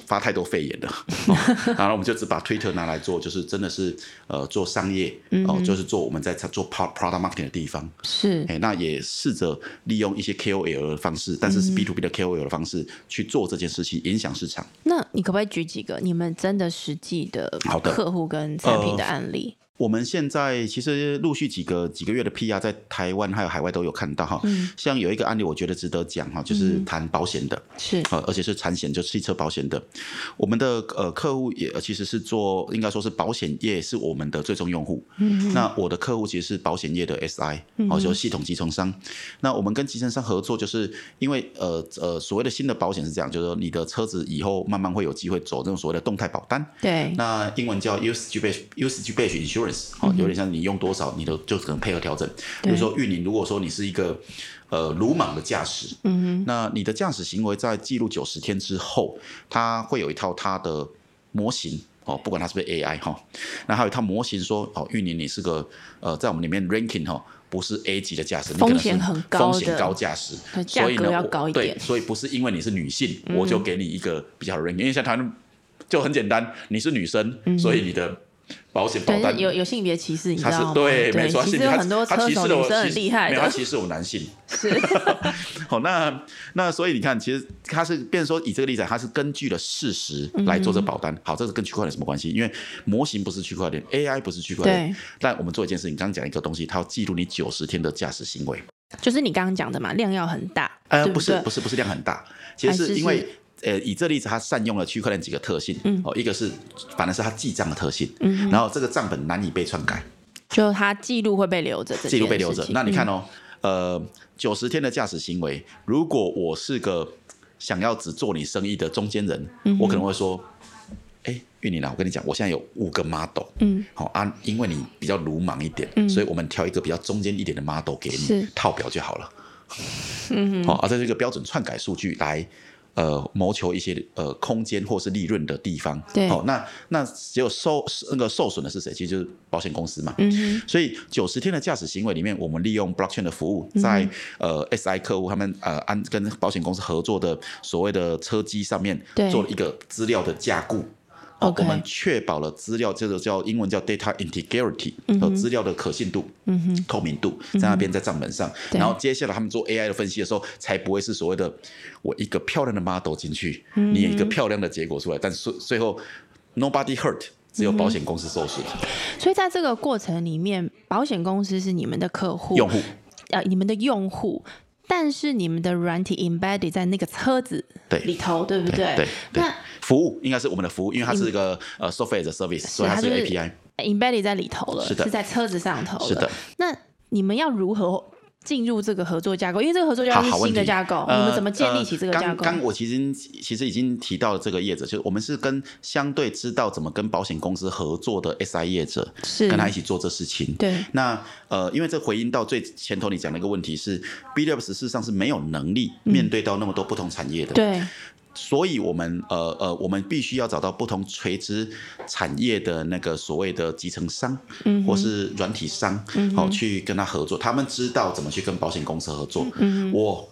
[SPEAKER 2] 发太多肺炎了，哦然后我们就只把 Twitter 拿来做，就是真的是呃做商业哦，就是做我们在做 pro- product marketing 的地方。
[SPEAKER 1] 是
[SPEAKER 2] 哎、那也试着利用一些 KOL 的方式，但是是 B to B 的 KOL 的方式去做这件事情，影响市场。
[SPEAKER 1] 那你可不可以举几个你们真的实际的
[SPEAKER 2] 好的
[SPEAKER 1] 客户跟产品的案例？
[SPEAKER 2] 我们现在其实陆续几个几个月的 PR 在台湾还有海外都有看到哈，像有一个案例我觉得值得讲哈，就是谈保险的，
[SPEAKER 1] 是
[SPEAKER 2] 呃，而且是产险，就汽车保险的。我们的呃客户也呃其实是做，应该说是保险业是我们的最终用户。那我的客户其实是保险业的 SI，哦，就是系统集成商。那我们跟集成商合作，就是因为呃呃所谓的新的保险是这样，就是说你的车子以后慢慢会有机会走这种所谓的动态保单。
[SPEAKER 1] 对，嗯
[SPEAKER 2] 那英文叫 usage based usage based insurance，哦，有点像你用多少，你的就可能配合调整。比
[SPEAKER 1] 对
[SPEAKER 2] 如说，运营如果说你是一个呃鲁莽的驾驶，嗯哼，那你的驾驶行为在记录九十天之后，它会有一套它的模型。哦，不管它是不是 AI 哈、那还有一套模型说，哦，运营你是个呃，在我们里面 ranking 哈、不是 A 级的驾驶，你可能是
[SPEAKER 1] 风险很高的
[SPEAKER 2] 风险高驾驶
[SPEAKER 1] 对，价格
[SPEAKER 2] 所以呢，
[SPEAKER 1] 要
[SPEAKER 2] 我
[SPEAKER 1] 高一
[SPEAKER 2] 对
[SPEAKER 1] 点嗯
[SPEAKER 2] 所以不是因为你是女性，我就给你一个比较好的 ranking，因为像台湾就很简单，你是女生，所以你的保险保
[SPEAKER 1] 嗯对，
[SPEAKER 2] 单
[SPEAKER 1] 是有有性别歧视，你知
[SPEAKER 2] 他
[SPEAKER 1] 道
[SPEAKER 2] 是
[SPEAKER 1] 吗？
[SPEAKER 2] 对，没错，他
[SPEAKER 1] 其
[SPEAKER 2] 是
[SPEAKER 1] 实有
[SPEAKER 2] 他
[SPEAKER 1] 很多
[SPEAKER 2] 他
[SPEAKER 1] 车
[SPEAKER 2] 歧
[SPEAKER 1] 手
[SPEAKER 2] 视了
[SPEAKER 1] 女
[SPEAKER 2] 我
[SPEAKER 1] 生很
[SPEAKER 2] 歧视
[SPEAKER 1] 厉害
[SPEAKER 2] 没有他
[SPEAKER 1] 的，
[SPEAKER 2] 歧视我男性。
[SPEAKER 1] 是
[SPEAKER 2] 好，那那所以你看，其实他是，变成说以这个例子，他是根据了事实
[SPEAKER 1] 嗯
[SPEAKER 2] 来做这保单。好，这个跟区块链有什么关系？因为模型不是区块链，AI 不是区块链
[SPEAKER 1] 对，
[SPEAKER 2] 但我们做一件事情，刚刚讲一个东西，它要记录你九十天的驾驶行为。
[SPEAKER 1] 就是你刚刚讲的嘛，量要很大，
[SPEAKER 2] 呃，
[SPEAKER 1] 对
[SPEAKER 2] 不是，
[SPEAKER 1] 对
[SPEAKER 2] 不是，不是量很大，其实
[SPEAKER 1] 还是
[SPEAKER 2] 是因
[SPEAKER 1] 是嗯
[SPEAKER 2] 为。呃，以这例子，它善用了区块链几个特性，哦，一个是反而是它记账的特性，然后这个账本难以被篡改，
[SPEAKER 1] 就他记录会被留着，这
[SPEAKER 2] 记录被
[SPEAKER 1] 件
[SPEAKER 2] 留
[SPEAKER 1] 事
[SPEAKER 2] 着。
[SPEAKER 1] 情嗯
[SPEAKER 2] 那你看哦，呃，九十天的驾驶行为，如果我是个想要只做你生意的中间人，
[SPEAKER 1] 嗯
[SPEAKER 2] 我可能会说，哎、玉宁啊，我跟你讲，我现在有五个 model，嗯，好啊，因为你比较鲁莽一点，所以我们挑一个比较中间一点的 model 给你
[SPEAKER 1] 嗯是
[SPEAKER 2] 套表就好了。嗯，好、啊，这是一个标准篡改数据来。呃，谋求一些呃空间或是利润的地方，
[SPEAKER 1] 对
[SPEAKER 2] 好、那那只有受那个受损的是谁？其实就是保险公司嘛，嗯，所以九十天的驾驶行为里面，我们利用 blockchain 的服务，
[SPEAKER 1] 嗯
[SPEAKER 2] 在呃 SI 客户他们呃安跟保险公司合作的所谓的车机上面
[SPEAKER 1] 对
[SPEAKER 2] 做了一个资料的架构。好
[SPEAKER 1] OK
[SPEAKER 2] 我们确保了资料，这个叫英文叫 data integrity，和
[SPEAKER 1] 嗯
[SPEAKER 2] 资料的可信度、透明度，在那边在账本上。
[SPEAKER 1] 嗯对
[SPEAKER 2] 然后接下来他们做 AI 的分析的时候，才不会是所谓的我一个漂亮的 model 进去，
[SPEAKER 1] 嗯
[SPEAKER 2] 你有一个漂亮的结果出来，但是最后 nobody hurt，只有保险公司受损。
[SPEAKER 1] 嗯所以在这个过程里面，保险公司是你们的客户，
[SPEAKER 2] 用户
[SPEAKER 1] 呃，你们的用户，但是你们的软体 embedded 在那个车子
[SPEAKER 2] 对
[SPEAKER 1] 里头，对不
[SPEAKER 2] 对对
[SPEAKER 1] 那，
[SPEAKER 2] 服务应该是我们的服务，因为它是一个呃 software as a service，所以它
[SPEAKER 1] 它
[SPEAKER 2] 是
[SPEAKER 1] 就
[SPEAKER 2] 个
[SPEAKER 1] 是
[SPEAKER 2] API。
[SPEAKER 1] 呃 embedded 在里头了，
[SPEAKER 2] 是的
[SPEAKER 1] 在车子上头了。
[SPEAKER 2] 是的，
[SPEAKER 1] 那你们要如何进入这个合作架构？因为这个合作架
[SPEAKER 2] 好
[SPEAKER 1] 构啊是
[SPEAKER 2] 好问
[SPEAKER 1] 新的
[SPEAKER 2] 题。
[SPEAKER 1] 架构，
[SPEAKER 2] 呃
[SPEAKER 1] 你们怎么建立起这个
[SPEAKER 2] 呃
[SPEAKER 1] 架
[SPEAKER 2] 刚
[SPEAKER 1] 构？
[SPEAKER 2] 刚我其实已经其实已经提到了这个业者，就是我们是跟相对知道怎么跟保险公司合作的 SI 业者，
[SPEAKER 1] 是
[SPEAKER 2] 跟他一起做这事情。
[SPEAKER 1] 对
[SPEAKER 2] 那呃，因为这回应到最前头你讲的一个问题是，B Labs 事实上是没有能力面对到那么多不同产业的。
[SPEAKER 1] 对
[SPEAKER 2] 所以我们呃呃，我们必须要找到不同垂直产业的那个所谓的集成商，嗯、或是软体商，好、
[SPEAKER 1] 嗯
[SPEAKER 2] 去跟他合作，他们知道怎么去跟保险公司合作。
[SPEAKER 1] 嗯
[SPEAKER 2] 我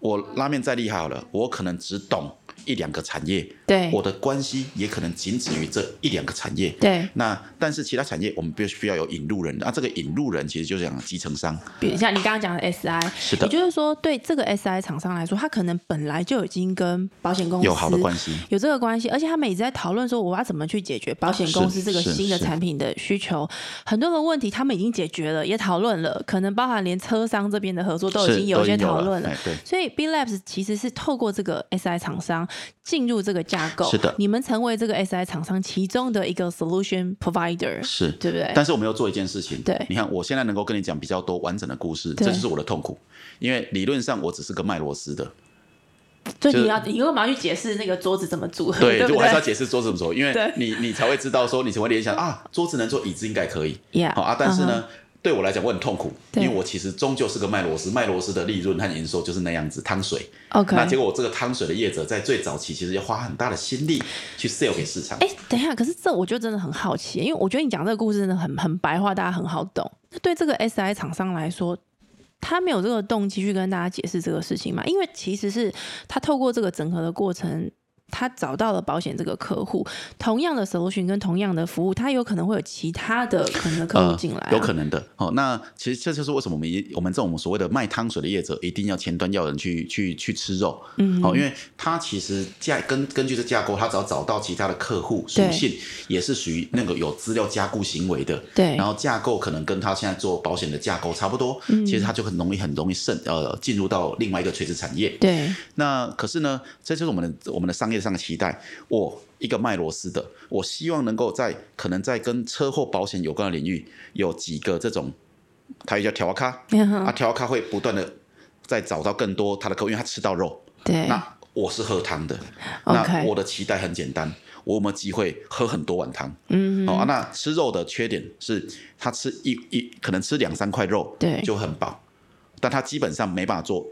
[SPEAKER 2] 我拉面再厉害好了，我可能只懂一两个产业，
[SPEAKER 1] 对
[SPEAKER 2] 我的关系也可能仅止于这一两个产业。
[SPEAKER 1] 对，
[SPEAKER 2] 那但是其他产业我们必须要有引路人，那、啊这个引路人其实就是讲集成商，
[SPEAKER 1] 比如像你刚刚讲的 SI，
[SPEAKER 2] 是的
[SPEAKER 1] 也就是说，对这个 SI 厂商来说，他可能本来就已经跟保险公司
[SPEAKER 2] 有好的关系。
[SPEAKER 1] 有这个关系，而且他们也在讨论说，我要怎么去解决保险公司
[SPEAKER 2] 是
[SPEAKER 1] 这个
[SPEAKER 2] 是
[SPEAKER 1] 新的
[SPEAKER 2] 是
[SPEAKER 1] 产品的需求。很多个问题他们已经解决了，也讨论了，可能包含连车商这边的合作都已
[SPEAKER 2] 是
[SPEAKER 1] 经有一些
[SPEAKER 2] 都已经有
[SPEAKER 1] 讨论了。
[SPEAKER 2] 哎对，
[SPEAKER 1] 所以 B Labs 其实是透过这个 SI 厂商进入这个架构，
[SPEAKER 2] 是的
[SPEAKER 1] 你们成为这个 SI 厂商其中的一个 solution provider，
[SPEAKER 2] 是。
[SPEAKER 1] 对不对？
[SPEAKER 2] 但是我们要做一件事情，
[SPEAKER 1] 对
[SPEAKER 2] 你看我现在能够跟你讲比较多完整的故事，
[SPEAKER 1] 对
[SPEAKER 2] 这就是我的痛苦，因为理论上我只是个卖螺丝的，
[SPEAKER 1] 所以
[SPEAKER 2] 就
[SPEAKER 1] 你
[SPEAKER 2] 是
[SPEAKER 1] 要，你为什么要去解释那个桌子怎么组合？
[SPEAKER 2] 对，
[SPEAKER 1] 对
[SPEAKER 2] 就
[SPEAKER 1] 不
[SPEAKER 2] 我还是要
[SPEAKER 1] 对？
[SPEAKER 2] 解释桌子怎么做，因为
[SPEAKER 1] 对
[SPEAKER 2] 你你才会知道说你才会联想啊，桌子能做，椅子应该可以，
[SPEAKER 1] Yeah，
[SPEAKER 2] 好啊，但是呢。对我来讲，我很痛苦，因
[SPEAKER 1] 对
[SPEAKER 2] 为我其实终究是个卖螺丝，卖螺丝的利润和营收就是那样子，汤水。
[SPEAKER 1] 嗯，OK。
[SPEAKER 2] 那结果我这个汤水的业者在最早期其实要花很大的心力去 sell 给市场。
[SPEAKER 1] 哎，等一下，可是这我就真的很好奇，因为我觉得你讲这个故事真的很很白话，大家很好懂。那对这个 SI 厂商来说，他没有这个动机去跟大家解释这个事情嘛？因为其实是他透过这个整合的过程。他找到了保险这个客户，同样的 solution 跟同样的服务，他有可能会有其他的可能的客户进来啊、
[SPEAKER 2] 呃有可能的。哦，那其实这就是为什么我们一我们这种所谓的卖汤水的业者，一定要前端要有人去去去吃肉，嗯，哦，因为他其实架根根据这架构，他只要找到其他的客户属
[SPEAKER 1] 对
[SPEAKER 2] 性，也是属于那个有资料加固行为的，
[SPEAKER 1] 对
[SPEAKER 2] 然后架构可能跟他现在做保险的架构差不多，嗯、其实他就很容易很容易渗呃进入到另外一个垂直产业，
[SPEAKER 1] 对
[SPEAKER 2] 那可是呢，这就是我们的我们的商业上的期待。我一个卖螺丝的，我希望能够在可能在跟车祸保险有关的领域，有几个这种，它也叫调咖，
[SPEAKER 1] 嗯哼
[SPEAKER 2] 啊，调咖会不断的在找到更多他的客户，因为他吃到肉。
[SPEAKER 1] 对
[SPEAKER 2] 那我是喝汤的
[SPEAKER 1] OK
[SPEAKER 2] 那我的期待很简单，我有没有机会喝很多碗汤？嗯，哦，啊那吃肉的缺点是，他吃一一可能吃两三块肉，
[SPEAKER 1] 对
[SPEAKER 2] 就很饱，但他基本上没办法做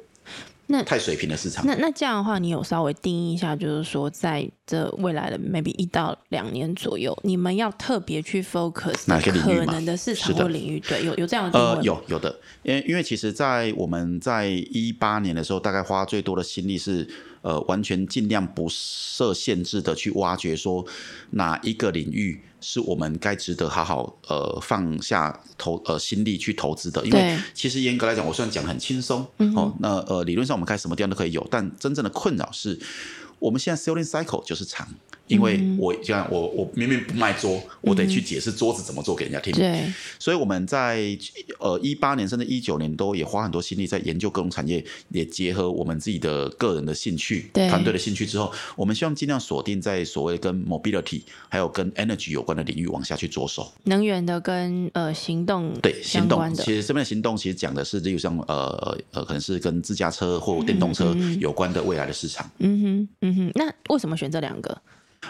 [SPEAKER 1] 那
[SPEAKER 2] 太水平的市场。
[SPEAKER 1] 那那这样的话，你有稍微定义一下，就是说，在这未来的 maybe 一到两年左右，你们要特别去 focus
[SPEAKER 2] 哪个领域
[SPEAKER 1] 可
[SPEAKER 2] 吗
[SPEAKER 1] 能的市
[SPEAKER 2] 是
[SPEAKER 1] 场
[SPEAKER 2] 的
[SPEAKER 1] 或领域，对，有有这样的定位
[SPEAKER 2] 呃
[SPEAKER 1] 吗，
[SPEAKER 2] 有有的，因为因为其实，在我们在一八年的时候，大概花最多的心力是，呃，完全尽量不设限制的去挖掘，说哪一个领域是我们该值得好好呃放下投呃心力去投资的。因为
[SPEAKER 1] 对嗯
[SPEAKER 2] 其实严格来讲，我虽然讲很轻松、哦，那呃理论上我们开什么地方都可以有，但真正的困扰是。我们现在 selling cycle 就是长，因为
[SPEAKER 1] 嗯
[SPEAKER 2] 我这样，我我明明不卖桌，我得去解释桌子怎么做给人家听。
[SPEAKER 1] 对
[SPEAKER 2] 所以我们在呃一八年甚至一九年都也花很多心力在研究各种产业，也结合我们自己的个人的兴趣、
[SPEAKER 1] 对
[SPEAKER 2] 团队的兴趣之后，我们希望尽量锁定在所谓跟 mobility 还有跟 energy 有关的领域往下去着手。
[SPEAKER 1] 能源的跟呃行动
[SPEAKER 2] 对，行
[SPEAKER 1] 相关
[SPEAKER 2] 动
[SPEAKER 1] 的
[SPEAKER 2] 其实这边的行动其实讲的是，例如像呃呃，可能是跟自驾车或电动
[SPEAKER 1] 嗯
[SPEAKER 2] 车有关的未来的市场。
[SPEAKER 1] 嗯哼嗯哼，那为什么选这两个？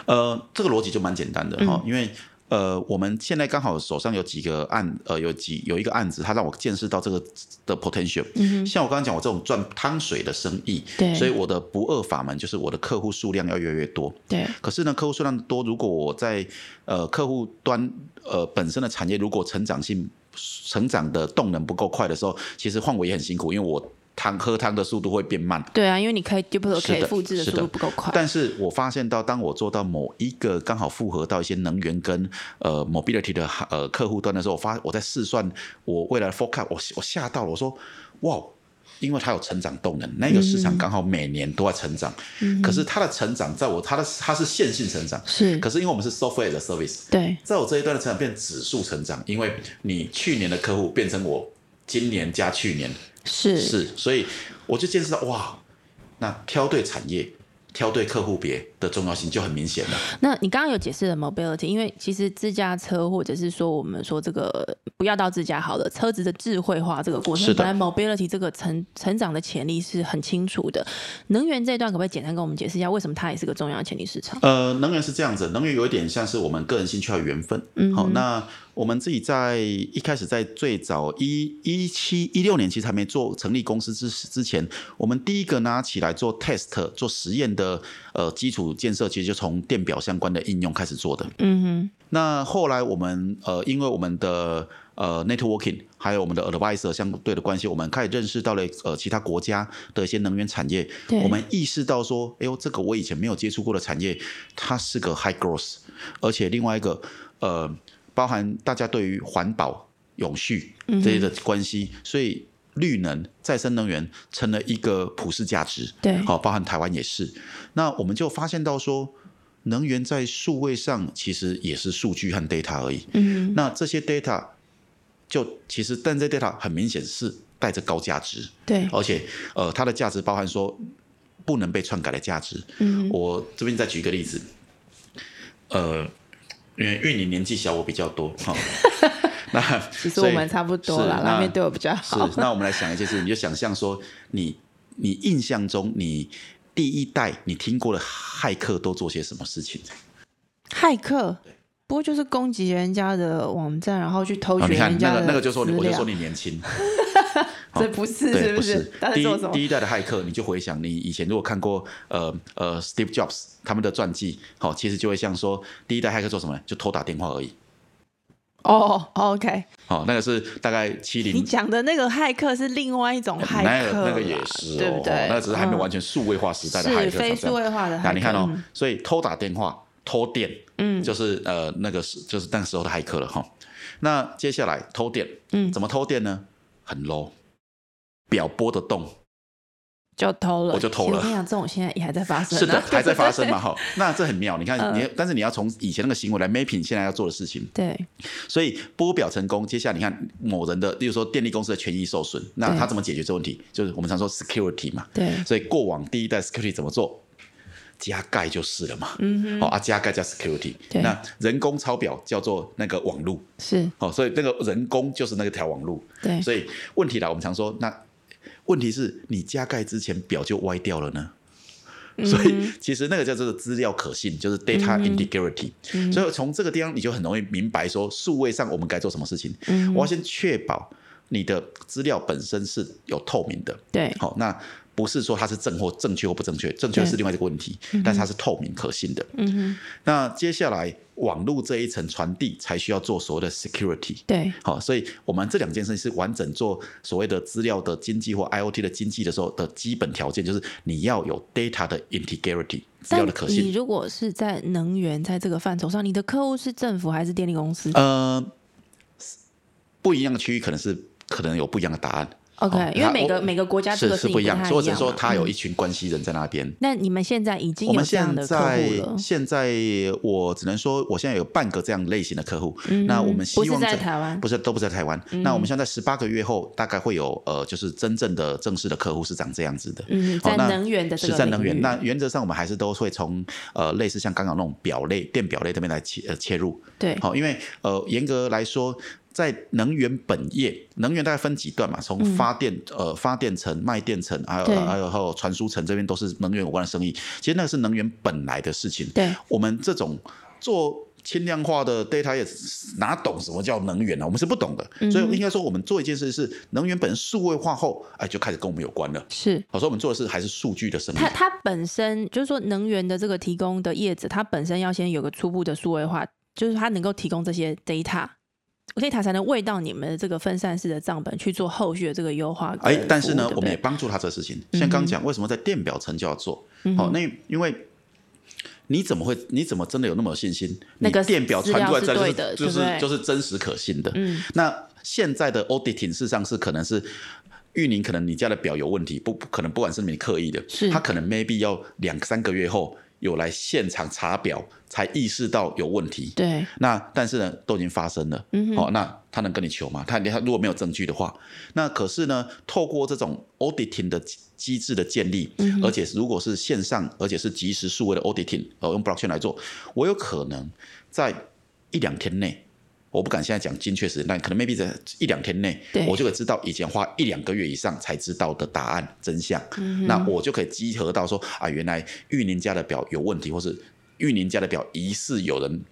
[SPEAKER 2] 呃，这个逻辑就蛮简单的哈、因为呃，我们现在刚好手上有几个案，呃，有几有一个案子，它让我见识到这个的 potential。像我刚刚讲，我这种赚汤水的生意，
[SPEAKER 1] 对
[SPEAKER 2] 所以我的不二法门就是我的客户数量要越来越多。
[SPEAKER 1] 对
[SPEAKER 2] 可是呢，客户数量多，如果我在呃客户端呃本身的产业如果成长性成长的动能不够快的时候，其实换我也很辛苦，因为我汤喝汤的速度会变慢。
[SPEAKER 1] 对啊，因为你可以 duplicate
[SPEAKER 2] 是的
[SPEAKER 1] 复制的
[SPEAKER 2] 是
[SPEAKER 1] 速
[SPEAKER 2] 的
[SPEAKER 1] 度不够快，
[SPEAKER 2] 但是我发现到，当我做到某一个刚好复合到一些能源跟呃 mobility 的呃客户端的时候，我发我在试算我未来的 forecast，我我吓到了，我说哇。因为它有成长动能，那个市
[SPEAKER 1] 嗯
[SPEAKER 2] 场刚好每年都在成长，可是它的成长在我它的它是线性成长，
[SPEAKER 1] 是
[SPEAKER 2] 可是因为我们是 software 的 service，
[SPEAKER 1] 对
[SPEAKER 2] 在我这一段的成长变指数成长，因为你去年的客户变成我今年加去年，
[SPEAKER 1] 是
[SPEAKER 2] 是，所以我就见识到哇，那挑对产业、挑对客户别的重要性就很明显了。
[SPEAKER 1] 那你刚刚有解释了 mobility，因为其实自驾车或者是说我们说这个不要到自驾好了，车子的智慧化这个过程
[SPEAKER 2] 是，的
[SPEAKER 1] 本来 mobility 这个成成长的潜力是很清楚的。能源这一段可不可以简单跟我们解释一下，为什么它也是个重要的潜力市场？
[SPEAKER 2] 呃，能源是这样子，能源有一点像是我们个人兴趣和缘分。好、那我们自己在一开始在最早一一七一六年，其实还没做成立公司之之前，我们第一个拿起来做 test 做实验的呃基础建设，其实就从电表相关的应用开始做的。
[SPEAKER 1] 嗯
[SPEAKER 2] 那后来我们呃，因为我们的呃 networking，还有我们的 advisor 相对的关系，我们开始认识到了呃其他国家的一些能源产业
[SPEAKER 1] 对，
[SPEAKER 2] 我们意识到说，哎呦，这个我以前没有接触过的产业，它是个 high growth，而且另外一个呃，包含大家对于环保、永续
[SPEAKER 1] 嗯
[SPEAKER 2] 这些的关系，所以。绿能、再生能源成了一个普世价值，
[SPEAKER 1] 对
[SPEAKER 2] 好、包含台湾也是。那我们就发现到说，能源在数位上其实也是数据和 data 而已。
[SPEAKER 1] 嗯
[SPEAKER 2] 那这些 data 就其实，但这 data 很明显是带着高价值，
[SPEAKER 1] 哼，对，
[SPEAKER 2] 而且呃，它的价值包含说不能被篡改的价值。
[SPEAKER 1] 嗯
[SPEAKER 2] 我这边再举一个例子，呃，因为因为你年纪小我比较多， 哈、那
[SPEAKER 1] 其实
[SPEAKER 2] 所
[SPEAKER 1] 我
[SPEAKER 2] 以
[SPEAKER 1] 们差不多啦，
[SPEAKER 2] 是
[SPEAKER 1] 拉
[SPEAKER 2] 那
[SPEAKER 1] 面对我比较
[SPEAKER 2] 是
[SPEAKER 1] 好。，
[SPEAKER 2] 那我们来想一件事，你就想象说你，你印象中你第一代你听过的骇客都做些什么事情？
[SPEAKER 1] 骇客，不过就是攻击人家的网站，然后去偷
[SPEAKER 2] 啊，
[SPEAKER 1] 取
[SPEAKER 2] 你看
[SPEAKER 1] 人家
[SPEAKER 2] 那
[SPEAKER 1] 的
[SPEAKER 2] 个那个就说你，
[SPEAKER 1] 资
[SPEAKER 2] 我就说
[SPEAKER 1] 料
[SPEAKER 2] 你年轻，
[SPEAKER 1] 这不 是
[SPEAKER 2] 对，
[SPEAKER 1] 是
[SPEAKER 2] 不
[SPEAKER 1] 是？他在
[SPEAKER 2] 第一
[SPEAKER 1] 做什么？
[SPEAKER 2] 第一代的骇客，你就回想你以前如果看过呃呃 Steve Jobs 他们的传记，好、其实就会像说第一代骇客做什么呢？就偷打电话而已。
[SPEAKER 1] 哦，OK，
[SPEAKER 2] 好、那个是大概七
[SPEAKER 1] 你
[SPEAKER 2] 零。
[SPEAKER 1] 讲的那个骇客是另外一种骇
[SPEAKER 2] 那
[SPEAKER 1] 客
[SPEAKER 2] 个
[SPEAKER 1] 啦，
[SPEAKER 2] 那个也是哦，
[SPEAKER 1] 对不对？
[SPEAKER 2] 那只是还没有完
[SPEAKER 1] 全
[SPEAKER 2] 全数位化时代的骇
[SPEAKER 1] 是
[SPEAKER 2] 客才这样
[SPEAKER 1] 非数位化的骇客。
[SPEAKER 2] 那你看哦
[SPEAKER 1] 嗯，
[SPEAKER 2] 所以偷打电话、偷电，
[SPEAKER 1] 嗯
[SPEAKER 2] 就是呃那个是就是那时候的骇客了哈。那接下来偷电，
[SPEAKER 1] 嗯，
[SPEAKER 2] 怎么偷电呢？很 low，表拨得动，
[SPEAKER 1] 就偷了，
[SPEAKER 2] 我就偷
[SPEAKER 1] 其实
[SPEAKER 2] 了
[SPEAKER 1] 我跟你讲，这种现在也还在发生啊，
[SPEAKER 2] 是的，
[SPEAKER 1] 对
[SPEAKER 2] 还
[SPEAKER 1] 不
[SPEAKER 2] 在
[SPEAKER 1] 对
[SPEAKER 2] 发生嘛？。哈，那这很妙。你看，
[SPEAKER 1] 嗯
[SPEAKER 2] 你但是你要从以前那个行为来 mapping 现在要做的事情，
[SPEAKER 1] 对，
[SPEAKER 2] 所以拨表成功。接下来你看某人的，例如说电力公司的权益受损，那
[SPEAKER 1] 对
[SPEAKER 2] 他怎么解决这个问题？就是我们常说 security 嘛。
[SPEAKER 1] 对
[SPEAKER 2] 所以过往第一代 security 怎么做？加盖就是了嘛。嗯哦啊，加盖加 security。
[SPEAKER 1] 对
[SPEAKER 2] 那人工抄表叫做那个网路。
[SPEAKER 1] 是，
[SPEAKER 2] 哦，所以那个人工就是那个条网路。
[SPEAKER 1] 对，
[SPEAKER 2] 所以问题来，我们常说，那问题是你加盖之前表就歪掉了呢。
[SPEAKER 1] 嗯
[SPEAKER 2] 所以其实那个叫做资料可信，就是 data integrity、所以
[SPEAKER 1] 嗯
[SPEAKER 2] 从这个地方你就很容易明白说，数位上我们该做什么事情。
[SPEAKER 1] 嗯
[SPEAKER 2] 我要先确保你的资料本身是有透明的。
[SPEAKER 1] 对，
[SPEAKER 2] 好、那不是说它是正或正确或不正确，正确
[SPEAKER 1] 对嗯
[SPEAKER 2] 是另外一个问题，但是它是透明可信的。
[SPEAKER 1] 嗯哼，
[SPEAKER 2] 那接下来网络这一层传递才需要做所谓的 security。
[SPEAKER 1] 对，
[SPEAKER 2] 好，所以我们这两件事情是完整做所谓的资料的经济或 IOT 的经济的时候的基本条件，就是你要有 data 的 integrity，资料
[SPEAKER 1] 但
[SPEAKER 2] 的可
[SPEAKER 1] 你
[SPEAKER 2] 信。
[SPEAKER 1] 如果是在能源在这个范畴上，你的客户是政府还是电力公司
[SPEAKER 2] 呃，不一样的区域可能是可能有不一样的答案，
[SPEAKER 1] ？OK，
[SPEAKER 2] 好
[SPEAKER 1] 因为
[SPEAKER 2] 它
[SPEAKER 1] 每个
[SPEAKER 2] 哦我
[SPEAKER 1] 每个国啊家这
[SPEAKER 2] 是
[SPEAKER 1] 个
[SPEAKER 2] 是
[SPEAKER 1] 事情
[SPEAKER 2] 不一样
[SPEAKER 1] 太。
[SPEAKER 2] 所以我只能说，
[SPEAKER 1] 嘛
[SPEAKER 2] 他有
[SPEAKER 1] 嗯
[SPEAKER 2] 一群关系人在那边。
[SPEAKER 1] 那你们现在已经
[SPEAKER 2] 我
[SPEAKER 1] 有
[SPEAKER 2] 们
[SPEAKER 1] 这
[SPEAKER 2] 现
[SPEAKER 1] 样的客
[SPEAKER 2] 在
[SPEAKER 1] 户了，
[SPEAKER 2] 现在我只能说，我现在有半个这样类型的客户。
[SPEAKER 1] 嗯
[SPEAKER 2] 那我们希
[SPEAKER 1] 不是
[SPEAKER 2] 望
[SPEAKER 1] 在台湾
[SPEAKER 2] 不是都不在台湾。那我
[SPEAKER 1] 嗯
[SPEAKER 2] 们现在十八个月后，大概会有呃，就是真正的正式的客户是长这样子的。
[SPEAKER 1] 嗯，
[SPEAKER 2] 好
[SPEAKER 1] 在
[SPEAKER 2] 那
[SPEAKER 1] 能源的这
[SPEAKER 2] 是
[SPEAKER 1] 个
[SPEAKER 2] 在能
[SPEAKER 1] 领
[SPEAKER 2] 源，
[SPEAKER 1] 域
[SPEAKER 2] 那原则上我们还是都会从呃类似像刚刚那种表类、电表类这边来切呃切入。
[SPEAKER 1] 对，
[SPEAKER 2] 好，因为呃，严格来说，在能源本业，能源大概分几段嘛，从发电、呃发电层、卖电层，还有
[SPEAKER 1] 嗯对
[SPEAKER 2] 还有还有传输层这边都是能源有关的生意。其实那个是能源本来的事情。
[SPEAKER 1] 对，
[SPEAKER 2] 我们这种做。轻量化的 data 也哪懂什么叫能源呢、我们是不懂的，所以应该说我们做一件事是能源本身数位化后，哎，就开始跟我们有关了。
[SPEAKER 1] 是。
[SPEAKER 2] 好，所以我们做的是还是数据的生意。
[SPEAKER 1] 它它本身就是说，能源的这个提供的业者，它本身要先有个初步的数位化，就是它能够提供这些 data，data 才能喂到你们的这个分散式的账本去做后续的这个优化跟呃服务。
[SPEAKER 2] 哎，但是呢，
[SPEAKER 1] 对不嗯
[SPEAKER 2] 我们也
[SPEAKER 1] 对
[SPEAKER 2] 帮助他这个事情。像刚讲，为什么在电表层就要做？
[SPEAKER 1] 嗯
[SPEAKER 2] 好、那因为你怎么会？你怎么真的有那么有信心？
[SPEAKER 1] 那个
[SPEAKER 2] 你电表传出来
[SPEAKER 1] 资料是对
[SPEAKER 2] 的
[SPEAKER 1] 的
[SPEAKER 2] 就是
[SPEAKER 1] 对不对
[SPEAKER 2] 就是真实可信的。
[SPEAKER 1] 嗯，
[SPEAKER 2] 那现在的 auditing 事实上是可能是。玉宁可能你家的表有问题，不不可能，不管是你刻意的，
[SPEAKER 1] 是
[SPEAKER 2] 他可能 maybe 要两三个月后有来现场查表，才意识到有问题。
[SPEAKER 1] 对
[SPEAKER 2] 那但是呢，都已经发生了，嗯、哦，那他能跟你求吗？他他如果没有证据的话，那可是呢，透过这种 auditing 的机机制的建立，而且如果是线上，而且是即时数位的 auditing，哦，用 blockchain 来做，我有可能在一两天内。我不敢现在讲精确时间，但可能 maybe 在一两天内
[SPEAKER 1] 对，
[SPEAKER 2] 我就可以知道以前花一两个月以上才知道的答案真相。那我就可以集合到说啊，原来玉宁家的表有问题，或是玉宁家的表疑似有人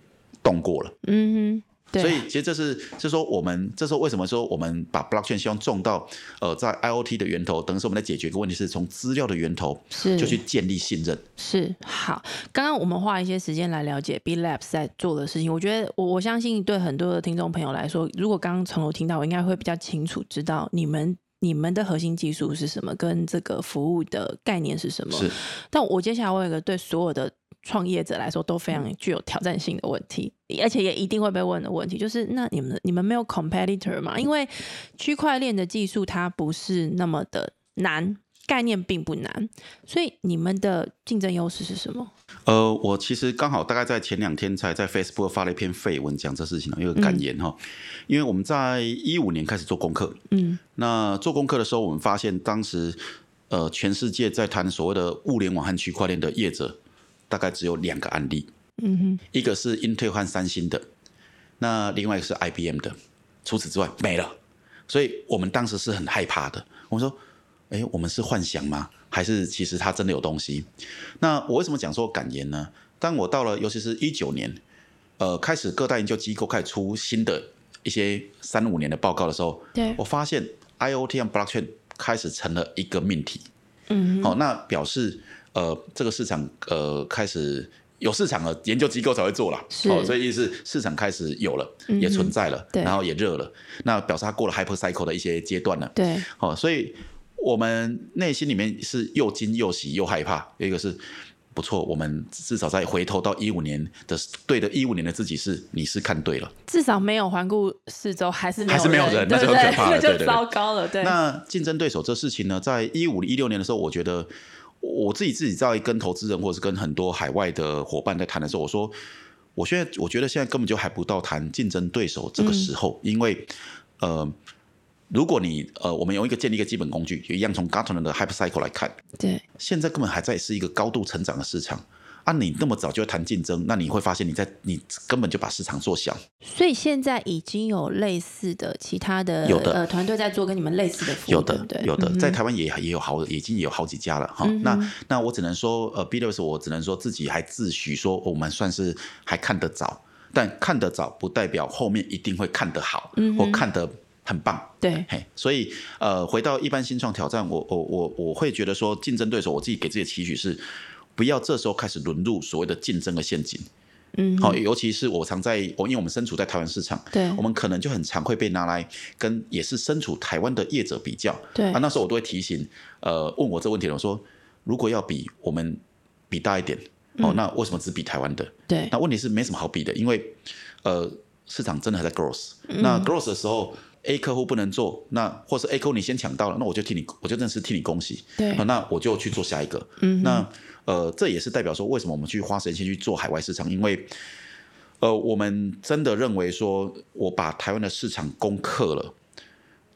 [SPEAKER 2] 动过了。
[SPEAKER 1] 嗯对啊
[SPEAKER 2] 所以其实这是，就是说我们这时候为什么说我们把 blockchain 希望种到呃在 IOT 的源头，等于是我们在解决一个问题，是从资料的源头
[SPEAKER 1] 是
[SPEAKER 2] 就去建立信任。
[SPEAKER 1] 是好，刚刚我们花了一些时间来了解 B Labs 在做的事情，我觉得我我相信对很多的听众朋友来说，如果刚刚从头听到，我应该会比较清楚知道你们你们的核心技术是什么，跟这个服务的概念是什么。
[SPEAKER 2] 是，
[SPEAKER 1] 但我接下来我有一个对所有的创业者来说都非常具有挑战性的问题，而且也一定会被问的问题，就是那你们你们没有 competitor 吗？因为区块链的技术它不是那么的难，概念并不难，所以你们的竞争优势是什么？
[SPEAKER 2] 呃，我其实刚好大概在前两天才在 Facebook 发了一篇废文讲这事情，有个感言哈、因为我们在一五年开始做功课，
[SPEAKER 1] 嗯，
[SPEAKER 2] 那做功课的时候，我们发现当时呃全世界在谈所谓的物联网和区块链的业者，大概只有两个案例，
[SPEAKER 1] 嗯哼，
[SPEAKER 2] 一个是英特尔和三星的，那另外一个是 IBM 的，除此之外没了。所以我们当时是很害怕的。我们说，哎，我们是幻想吗？还是其实它真的有东西？那我为什么讲说感言呢？当我到了，尤其是一九年，呃，开始各大研究机构开始出新的一些三五年的报告的时候，
[SPEAKER 1] 对
[SPEAKER 2] 我发现 IOT 和 blockchain 开始成了一个命题。
[SPEAKER 1] 嗯
[SPEAKER 2] 好、那表示呃，这个市场呃开始有市场了，研究机构才会做啦。
[SPEAKER 1] 是嗯
[SPEAKER 2] 哦，所以意思是市场开始有了，也存在了，
[SPEAKER 1] 对
[SPEAKER 2] 然后也热了，那表示它过了 hyper cycle 的一些阶段了。
[SPEAKER 1] 对，
[SPEAKER 2] 好、所以我们内心里面是又惊又喜又害怕，有一个是。不错，我们至少在回头到一五年的对的，一五年的自己是你是看对了。
[SPEAKER 1] 至少没有环顾四周，还是没有
[SPEAKER 2] 还是没有人
[SPEAKER 1] 对不对
[SPEAKER 2] 那就很可怕了
[SPEAKER 1] 那
[SPEAKER 2] 对对
[SPEAKER 1] 就
[SPEAKER 2] 对
[SPEAKER 1] 糟糕了，对，
[SPEAKER 2] 那竞争对手这事情呢，在一五一六年的时候，我觉得我自己自己在跟投资人或者是跟很多海外的伙伴在谈的时候，我说，我现在我觉得现在根本就还不到谈竞争对手这个时候，因为呃，如果你呃，我们用一个建立一个基本工具，也一样从 Gartner 的 Hyper Cycle 来看，
[SPEAKER 1] 对，
[SPEAKER 2] 现在根本还在是一个高度成长的市场。啊，你那么早就谈竞争，那你会发现你在你根本就把市场做小。
[SPEAKER 1] 所以现在已经有类似的其他的
[SPEAKER 2] 有的
[SPEAKER 1] 呃团队在做跟你们类似的服务，
[SPEAKER 2] 有
[SPEAKER 1] 对
[SPEAKER 2] 的
[SPEAKER 1] 不对，
[SPEAKER 2] 有的，
[SPEAKER 1] 嗯哼嗯
[SPEAKER 2] 在台湾也也有好，已经有好几家了哈。那那我只能说，呃 b l s 我只能说自己还自诩说哦我们算是还看得早，但看得早不代表后面一定会看得好，
[SPEAKER 1] 嗯
[SPEAKER 2] 或看得很棒。
[SPEAKER 1] 对，
[SPEAKER 2] 嘿，所以呃，回到一般新创挑战，我我我我会觉得说，竞争对手，我自己给自己的期许是，不要这时候开始沦入所谓的竞争的陷阱。
[SPEAKER 1] 嗯哼，
[SPEAKER 2] 好、尤其是我常在，我因为我们身处在台湾市场，
[SPEAKER 1] 对
[SPEAKER 2] 我们可能就很常会被拿来跟也是身处台湾的业者比较。
[SPEAKER 1] 对
[SPEAKER 2] 啊，那时候我都会提醒，呃，问我这问题的人，我说如果要比，我们比大一点，哦，那为什么只比台湾的？
[SPEAKER 1] 对，
[SPEAKER 2] 那问题是没什么好比的，因为呃，市场真的还在 growth、那 growth 的时候，A 客户不能做，那或是 A 客户你先抢到了，那我就替你，我就真的是替你恭喜。
[SPEAKER 1] 对
[SPEAKER 2] 好那我就去做下一个。
[SPEAKER 1] 嗯哼
[SPEAKER 2] 那呃，这也是代表说为什么我们去花时间去做海外市场，因为。呃，我们真的认为说，我把台湾的市场攻克了，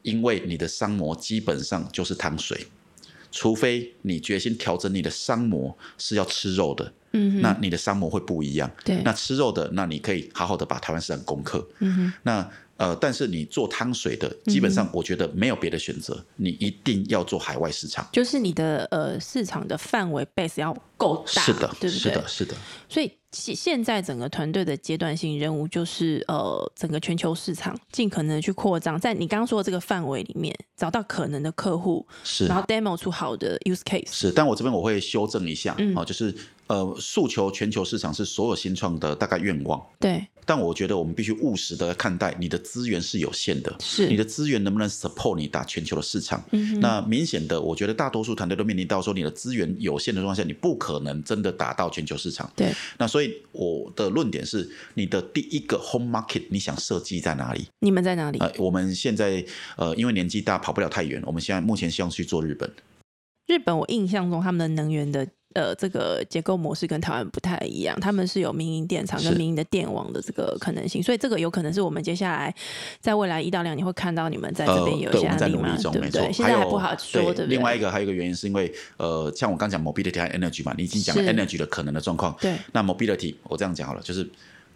[SPEAKER 2] 因为你的商模基本上就是汤水，除非你决心调整你的商模是要吃肉的，
[SPEAKER 1] 嗯哼，
[SPEAKER 2] 那你的商模会不一样。
[SPEAKER 1] 对
[SPEAKER 2] 那吃肉的，那你可以好好的把台湾市场攻克。
[SPEAKER 1] 嗯哼，嗯
[SPEAKER 2] 那呃，但是你做汤水的，基本上我觉得没有别的选择，你一定要做海外市场。
[SPEAKER 1] 就是你的呃市场的范围 base 要够大，
[SPEAKER 2] 是的，
[SPEAKER 1] 对不对？
[SPEAKER 2] 是的，是的，
[SPEAKER 1] 所以现现在整个团队的阶段性任务就是呃，整个全球市场尽可能地去扩张，在你刚刚说的这个范围里面找到可能的客户，
[SPEAKER 2] 是
[SPEAKER 1] 然后 demo 出好的 use case。
[SPEAKER 2] 是。但我这边我会修正一下，啊、
[SPEAKER 1] 嗯
[SPEAKER 2] 就是呃，诉求全球市场是所有新创的大概愿望。
[SPEAKER 1] 对，
[SPEAKER 2] 但我觉得我们必须务实的看待，你的资源是有限的，
[SPEAKER 1] 是嗯
[SPEAKER 2] 你的资源能不能 support 你打全球的市场？那明显的，我觉得大多数团队都面临到说，你的资源有限的状况下，你不可能真的打到全球市场。
[SPEAKER 1] 对，
[SPEAKER 2] 那所以我的论点是，你的第一个 home market 你想设计在哪里？
[SPEAKER 1] 你们在哪里？
[SPEAKER 2] 呃，我们现在呃，因为年纪大，跑不了太远，我们现在目前希望去做日本。
[SPEAKER 1] 日本，我印象中他们的能源的呃这个结构模式跟台湾不太一样，他们是有民营电厂跟
[SPEAKER 2] 是
[SPEAKER 1] 民营的电网的这个可能性，所以这个有可能是我们接下来在未来一到两年会看到你们在这边有一
[SPEAKER 2] 呃对，
[SPEAKER 1] 些
[SPEAKER 2] 我们在
[SPEAKER 1] 案例
[SPEAKER 2] 努
[SPEAKER 1] 嘛
[SPEAKER 2] 力，中，
[SPEAKER 1] 对
[SPEAKER 2] 没
[SPEAKER 1] 不
[SPEAKER 2] 错
[SPEAKER 1] 对？。现
[SPEAKER 2] 还
[SPEAKER 1] 在还
[SPEAKER 2] 有
[SPEAKER 1] 不好说，对不对？
[SPEAKER 2] 另外一个还有一个原因是因为，呃，像我刚讲 mobility 和 energy 嘛，你已经讲了
[SPEAKER 1] 是
[SPEAKER 2] energy 的可能的状况。
[SPEAKER 1] 对
[SPEAKER 2] 那 mobility 我这样讲好了，就是，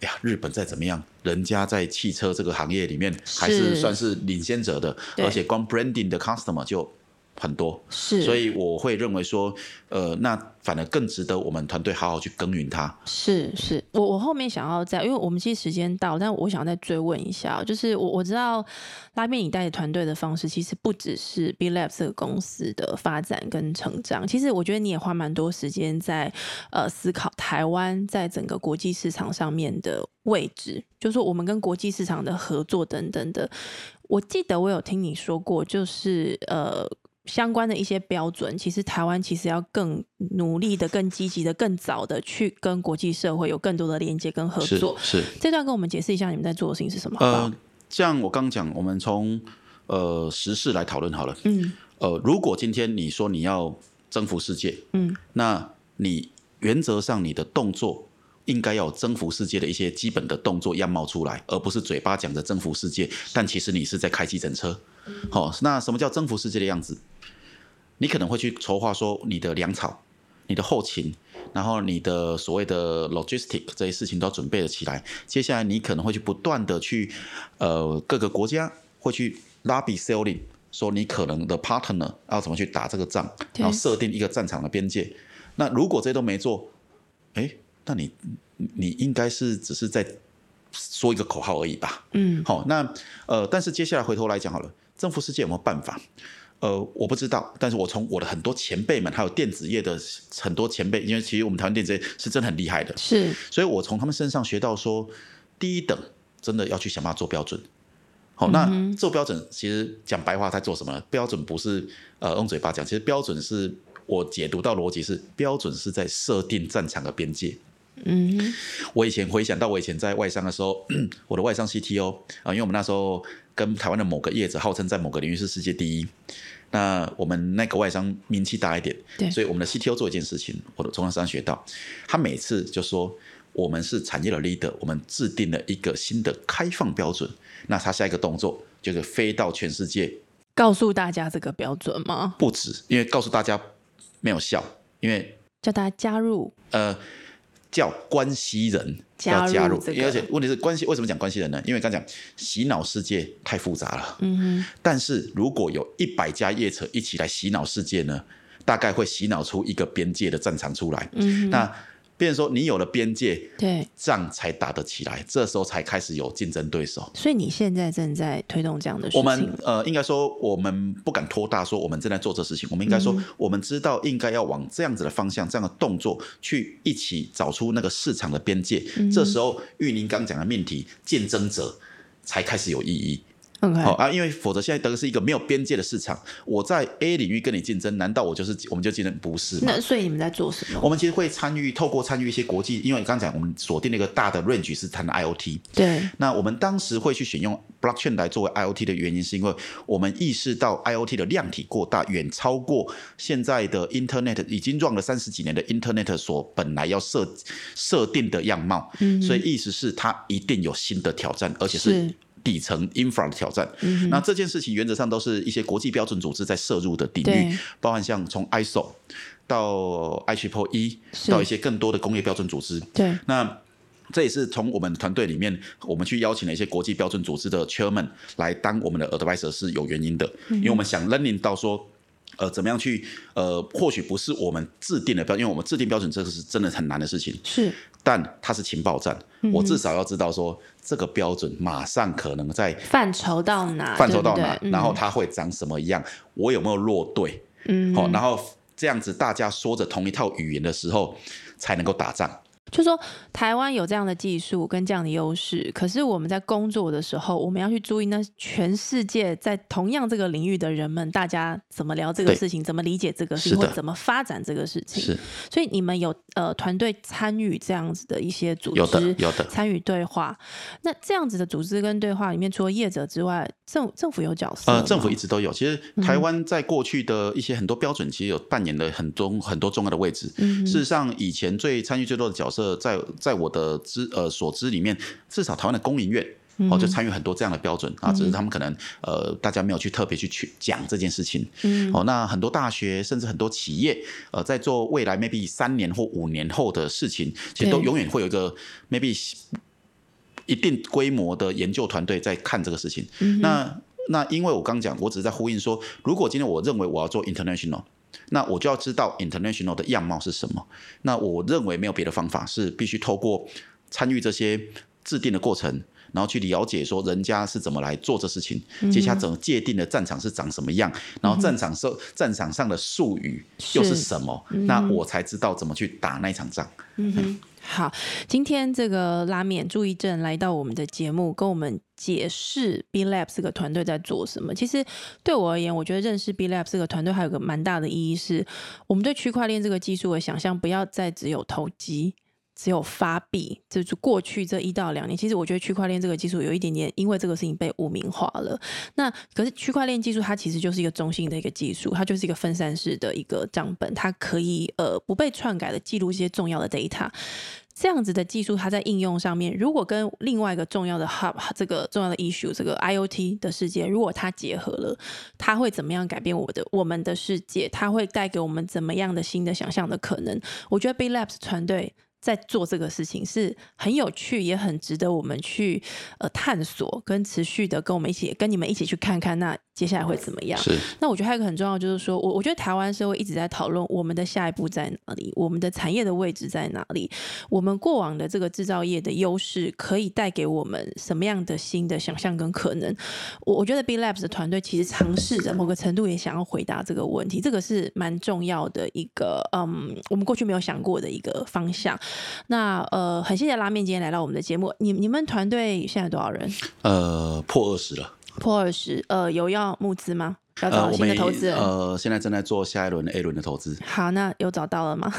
[SPEAKER 2] 哎呀，日本再怎么样，人家在汽车这个行业里面还
[SPEAKER 1] 是
[SPEAKER 2] 是算是领先者的，
[SPEAKER 1] 对
[SPEAKER 2] 而且光 branding 的 customer 就很多，
[SPEAKER 1] 是，
[SPEAKER 2] 所以我会认为说，呃，那反而更值得我们团队好好去耕耘它。
[SPEAKER 1] 是是，我我后面想要再，因为我们其实时间到，但我想再追问一下，哦就是我我知道拉面你带着团队的方式，其实不只是 B Lab 这个公司的发展跟成长，其实我觉得你也花蛮多时间在呃思考台湾在整个国际市场上面的位置，就是说我们跟国际市场的合作等等的。我记得我有听你说过，就是呃。相关的一些标准，其实台湾其实要更努力的、更积极的、更早的去跟国际社会有更多的连接跟合
[SPEAKER 2] 是
[SPEAKER 1] 作。
[SPEAKER 2] 是，
[SPEAKER 1] 这段跟我们解释一下你们在做的事情是什么？好不好
[SPEAKER 2] 呃，像我刚讲，我们从呃时事来讨论好了。
[SPEAKER 1] 嗯
[SPEAKER 2] 呃，如果今天你说你要征服世界，
[SPEAKER 1] 嗯，
[SPEAKER 2] 那你原则上你的动作应该要有征服世界的一些基本的动作样貌出来，而不是嘴巴讲着征服世界，但其实你是在开计程车。好、那什么叫征服世界的样子？你可能会去筹划说你的粮草、你的后勤，然后你的所谓的 logistic 这些事情都要准备了起来。接下来你可能会去不断的去呃各个国家会去拉比 selling，说你可能的 partner 要怎么去打这个仗，
[SPEAKER 1] 对
[SPEAKER 2] 然后设定一个战场的边界。那如果这些都没做，哎，那你你你应该是只是在说一个口号而已吧？
[SPEAKER 1] 嗯
[SPEAKER 2] 好、那呃，但是接下来回头来讲好了，征服世界有没有办法？呃，我不知道，但是我从我的很多前辈们，还有电子业的很多前辈，因为其实我们台湾电子业是真的很厉害的，
[SPEAKER 1] 是
[SPEAKER 2] 所以我从他们身上学到说，第一等真的要去想办法做标准。好、那做标准其实讲白话在做什么呢？标准不是呃用嘴巴讲，其实标准是我解读到逻辑是标准是在设定战场的边界。
[SPEAKER 1] 嗯哼
[SPEAKER 2] 我以前回想到我以前在外商的时候， 我的外商 CTO 啊、因为我们那时候跟台湾的某个业者号称在某个领域是世界第一，那我们那个外商名气大一点，
[SPEAKER 1] 对
[SPEAKER 2] 所以我们的 CTO 做一件事情，我从他身上学到，他每次就说我们是产业的 leader，我们制定了一个新的开放标准，那他下一个动作就是飞到全世界
[SPEAKER 1] 告诉大家这个标准吗？
[SPEAKER 2] 不止，因为告诉大家没有效，因为
[SPEAKER 1] 叫大家加入
[SPEAKER 2] 呃，叫关系人
[SPEAKER 1] 加
[SPEAKER 2] 要
[SPEAKER 1] 入
[SPEAKER 2] 加入，
[SPEAKER 1] 这个
[SPEAKER 2] 而且问题是关系为什么讲关系人呢？因为刚讲洗脑世界太复杂了，
[SPEAKER 1] 嗯哼
[SPEAKER 2] 但是如果有一百家业者一起来洗脑世界呢，大概会洗脑出一个边界的战场出来。
[SPEAKER 1] 嗯哼，
[SPEAKER 2] 那变成说你有了边界，
[SPEAKER 1] 对。
[SPEAKER 2] 仗才打得起来，这时候才开始有竞争对手。
[SPEAKER 1] 所以你现在正在推动这样的事情，
[SPEAKER 2] 我们呃，应该说我们不敢拖大，说我们正在做这事情。我们应该说，
[SPEAKER 1] 嗯
[SPEAKER 2] 我们知道应该要往这样子的方向、这样的动作去一起找出那个市场的边界。
[SPEAKER 1] 嗯
[SPEAKER 2] 这时候，玉宁刚讲的命题，竞争者才开始有意义。
[SPEAKER 1] OK，
[SPEAKER 2] 好、啊，因为否则现在得的是一个没有边界的市场。我在 A 领域跟你竞争，难道我就是我们就竞争不是吗？
[SPEAKER 1] 那所以你们在做什么？
[SPEAKER 2] 我们其实会参与，透过参与一些国际，因为你刚才讲我们锁定了一个大的 range 是谈 IOT，
[SPEAKER 1] 对，
[SPEAKER 2] 那我们当时会去选用 blockchain 来作为 IOT 的原因，是因为我们意识到 IOT 的量体过大，远超过现在的 Internet 已经 run 了三十几年的 Internet 所本来要设设定的样貌。嗯、所以意思是它一定有新的挑战，而且
[SPEAKER 1] 是
[SPEAKER 2] 是。底层 infra 的挑战，那这件事情原则上都是一些国际标准组织在涉入的领
[SPEAKER 1] 对
[SPEAKER 2] 域，包含像从 ISO 到 IEEE 一
[SPEAKER 1] 是
[SPEAKER 2] 到一些更多的工业标准组织，
[SPEAKER 1] 对，
[SPEAKER 2] 那这也是从我们团队里面，我们去邀请了一些国际标准组织的 chairman 来当我们的 advisor 是有原因的，
[SPEAKER 1] 嗯
[SPEAKER 2] 因为我们想 learning 到说。呃，怎么样去？呃，或许不是我们制定的标，因为我们制定标准这个是真的很难的事情，
[SPEAKER 1] 是
[SPEAKER 2] 但它是情报战，
[SPEAKER 1] 嗯
[SPEAKER 2] 我至少要知道说这个标准马上可能在
[SPEAKER 1] 范畴到哪？
[SPEAKER 2] 范畴到
[SPEAKER 1] 对不
[SPEAKER 2] 哪，
[SPEAKER 1] 对
[SPEAKER 2] 然后它会长什么样，我有没有落队，
[SPEAKER 1] 嗯，
[SPEAKER 2] 好、然后这样子大家说着同一套语言的时候，才能够打仗。
[SPEAKER 1] 就说台湾有这样的技术跟这样的优势，可是我们在工作的时候，我们要去注意那全世界在同样这个领域的人们，大家怎么聊这个
[SPEAKER 2] 对
[SPEAKER 1] 事情，怎么理解这个事情，
[SPEAKER 2] 是
[SPEAKER 1] 或
[SPEAKER 2] 的
[SPEAKER 1] 怎么发展这个事情。，所以你们有呃团队参与这样子的一些组织，
[SPEAKER 2] 有的有的
[SPEAKER 1] 参与对话。那这样子的组织跟对话里面，除了业者之外，政政府有角色吗，
[SPEAKER 2] 呃，政府一直都有。其实台湾在过去的一些很多标准，其实有扮演了很多很多重要的位置。
[SPEAKER 1] 嗯哼
[SPEAKER 2] 事实上，以前最参与最多的角色在，在我的知呃所知里面，至少台湾的工研院。
[SPEAKER 1] 嗯
[SPEAKER 2] 哦，就参与很多这样的标准啊，只是他们可能呃，大家没有去特别去去讲这件事情。
[SPEAKER 1] 嗯
[SPEAKER 2] 哦，那很多大学甚至很多企业，呃，在做未来 maybe 三年或五年后的事情，其实都
[SPEAKER 1] 对
[SPEAKER 2] 永远会有一个
[SPEAKER 1] 嗯
[SPEAKER 2] maybe 一定规模的研究团队在看这个事情。那那因为我刚讲，我只是在呼应说，如果今天我认为我要做 international，那我就要知道 international 的样貌是什么。那我认为没有别的方法，是必须透过参与这些制定的过程，然后去了解说人家是怎么来做这事情，
[SPEAKER 1] 嗯
[SPEAKER 2] 接下来怎么界定的战场是长什么样，然后战场上战场上的术语又是
[SPEAKER 1] 是嗯
[SPEAKER 2] 什么，那我才知道怎么去打那一场仗。
[SPEAKER 1] 好，今天这个拉面朱一正来到我们的节目，跟我们解释 B Lab 这个团队在做什么。其实对我而言，我觉得认识 B Lab 这个团队还有个蛮大的意义是，我们对区块链这个技术的想象，不要再只有投机。只有发币，就是过去这一到两年，其实我觉得区块链这个技术有一点点因为这个事情被污名化了。那可是区块链技术，它其实就是一个中性的一个技术，它就是一个分散式的一个账本，它可以呃不被篡改的记录一些重要的 data。这样子的技术，它在应用上面，如果跟另外一个重要的 hub 这个重要的 issue 这个 IOT 的世界，如果它结合了，它会怎么样改变我们的我们的世界？它会带给我们怎么样的新的想象的可能？我觉得 B Labs 团队在做这个事情是很有趣，也很值得我们去呃探索，跟持续的跟我们一起跟你们一起去看看，那接下来会怎么样？
[SPEAKER 2] 是
[SPEAKER 1] 那我觉得还有一个很重要，就是说我我觉得台湾社会一直在讨论我们的下一步在哪里，我们的产业的位置在哪里，我们过往的这个制造业的优势可以带给我们什么样的新的想象跟可能。我我觉得 B Labs 的团队其实尝试着某个程度也想要回答这个问题，这个是蛮重要的一个嗯，我们过去没有想过的一个方向。那呃，很谢谢拉面今天来到我们的节目，你你们团队现在多少人？
[SPEAKER 2] 呃，破二十了。
[SPEAKER 1] 破二十，呃，有要募资吗？要
[SPEAKER 2] 呃，
[SPEAKER 1] 找
[SPEAKER 2] 我
[SPEAKER 1] 新的
[SPEAKER 2] 们
[SPEAKER 1] 投资人？
[SPEAKER 2] 呃，现在正在做下一轮 A 轮的投资，
[SPEAKER 1] 好，那有找到了 吗？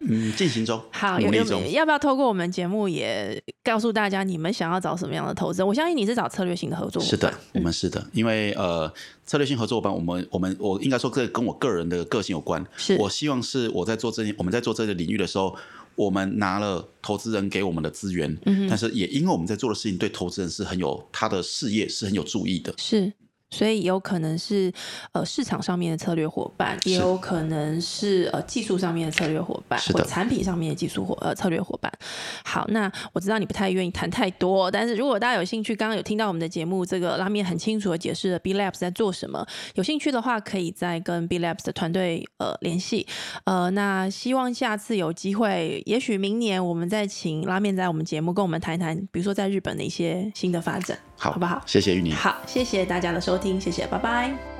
[SPEAKER 2] 嗯，进行中，
[SPEAKER 1] 好，
[SPEAKER 2] 努
[SPEAKER 1] 有
[SPEAKER 2] 力
[SPEAKER 1] 有
[SPEAKER 2] 中。
[SPEAKER 1] 要不要透过我们节目也告诉大家你们想要找什么样的投资人？我相信你是找策略性的合作伙伴。
[SPEAKER 2] 是的，我们是的，因为呃，策略性合作伙伴，我们我们我应该说这跟我个人的个性有关。
[SPEAKER 1] 是
[SPEAKER 2] 我希望是我在做这我们在做这个领域的时候，我们拿了投资人给我们的资源，嗯、但是也因为我们在做的事情对投资人是很有他的事业是很有注意的。
[SPEAKER 1] 是，所以有可能是呃市场上面的策略伙伴，也
[SPEAKER 2] 是
[SPEAKER 1] 有可能是呃技术上面的策略伙伴，
[SPEAKER 2] 是
[SPEAKER 1] 或
[SPEAKER 2] 的
[SPEAKER 1] 产品上面的技术伙呃策略伙伴。好，那我知道你不太愿意谈太多，但是如果大家有兴趣，刚刚有听到我们的节目，这个拉面很清楚的解释了 B Labs 在做什么，有兴趣的话可以再跟 B Labs 的团队呃联系。呃，那希望下次有机会，也许明年我们再请拉面在我们节目跟我们谈一谈，比如说在日本的一些新的发展，
[SPEAKER 2] 好，
[SPEAKER 1] 好不好？
[SPEAKER 2] 谢谢玉宁。
[SPEAKER 1] 好，谢谢大家的收听，谢谢，拜拜。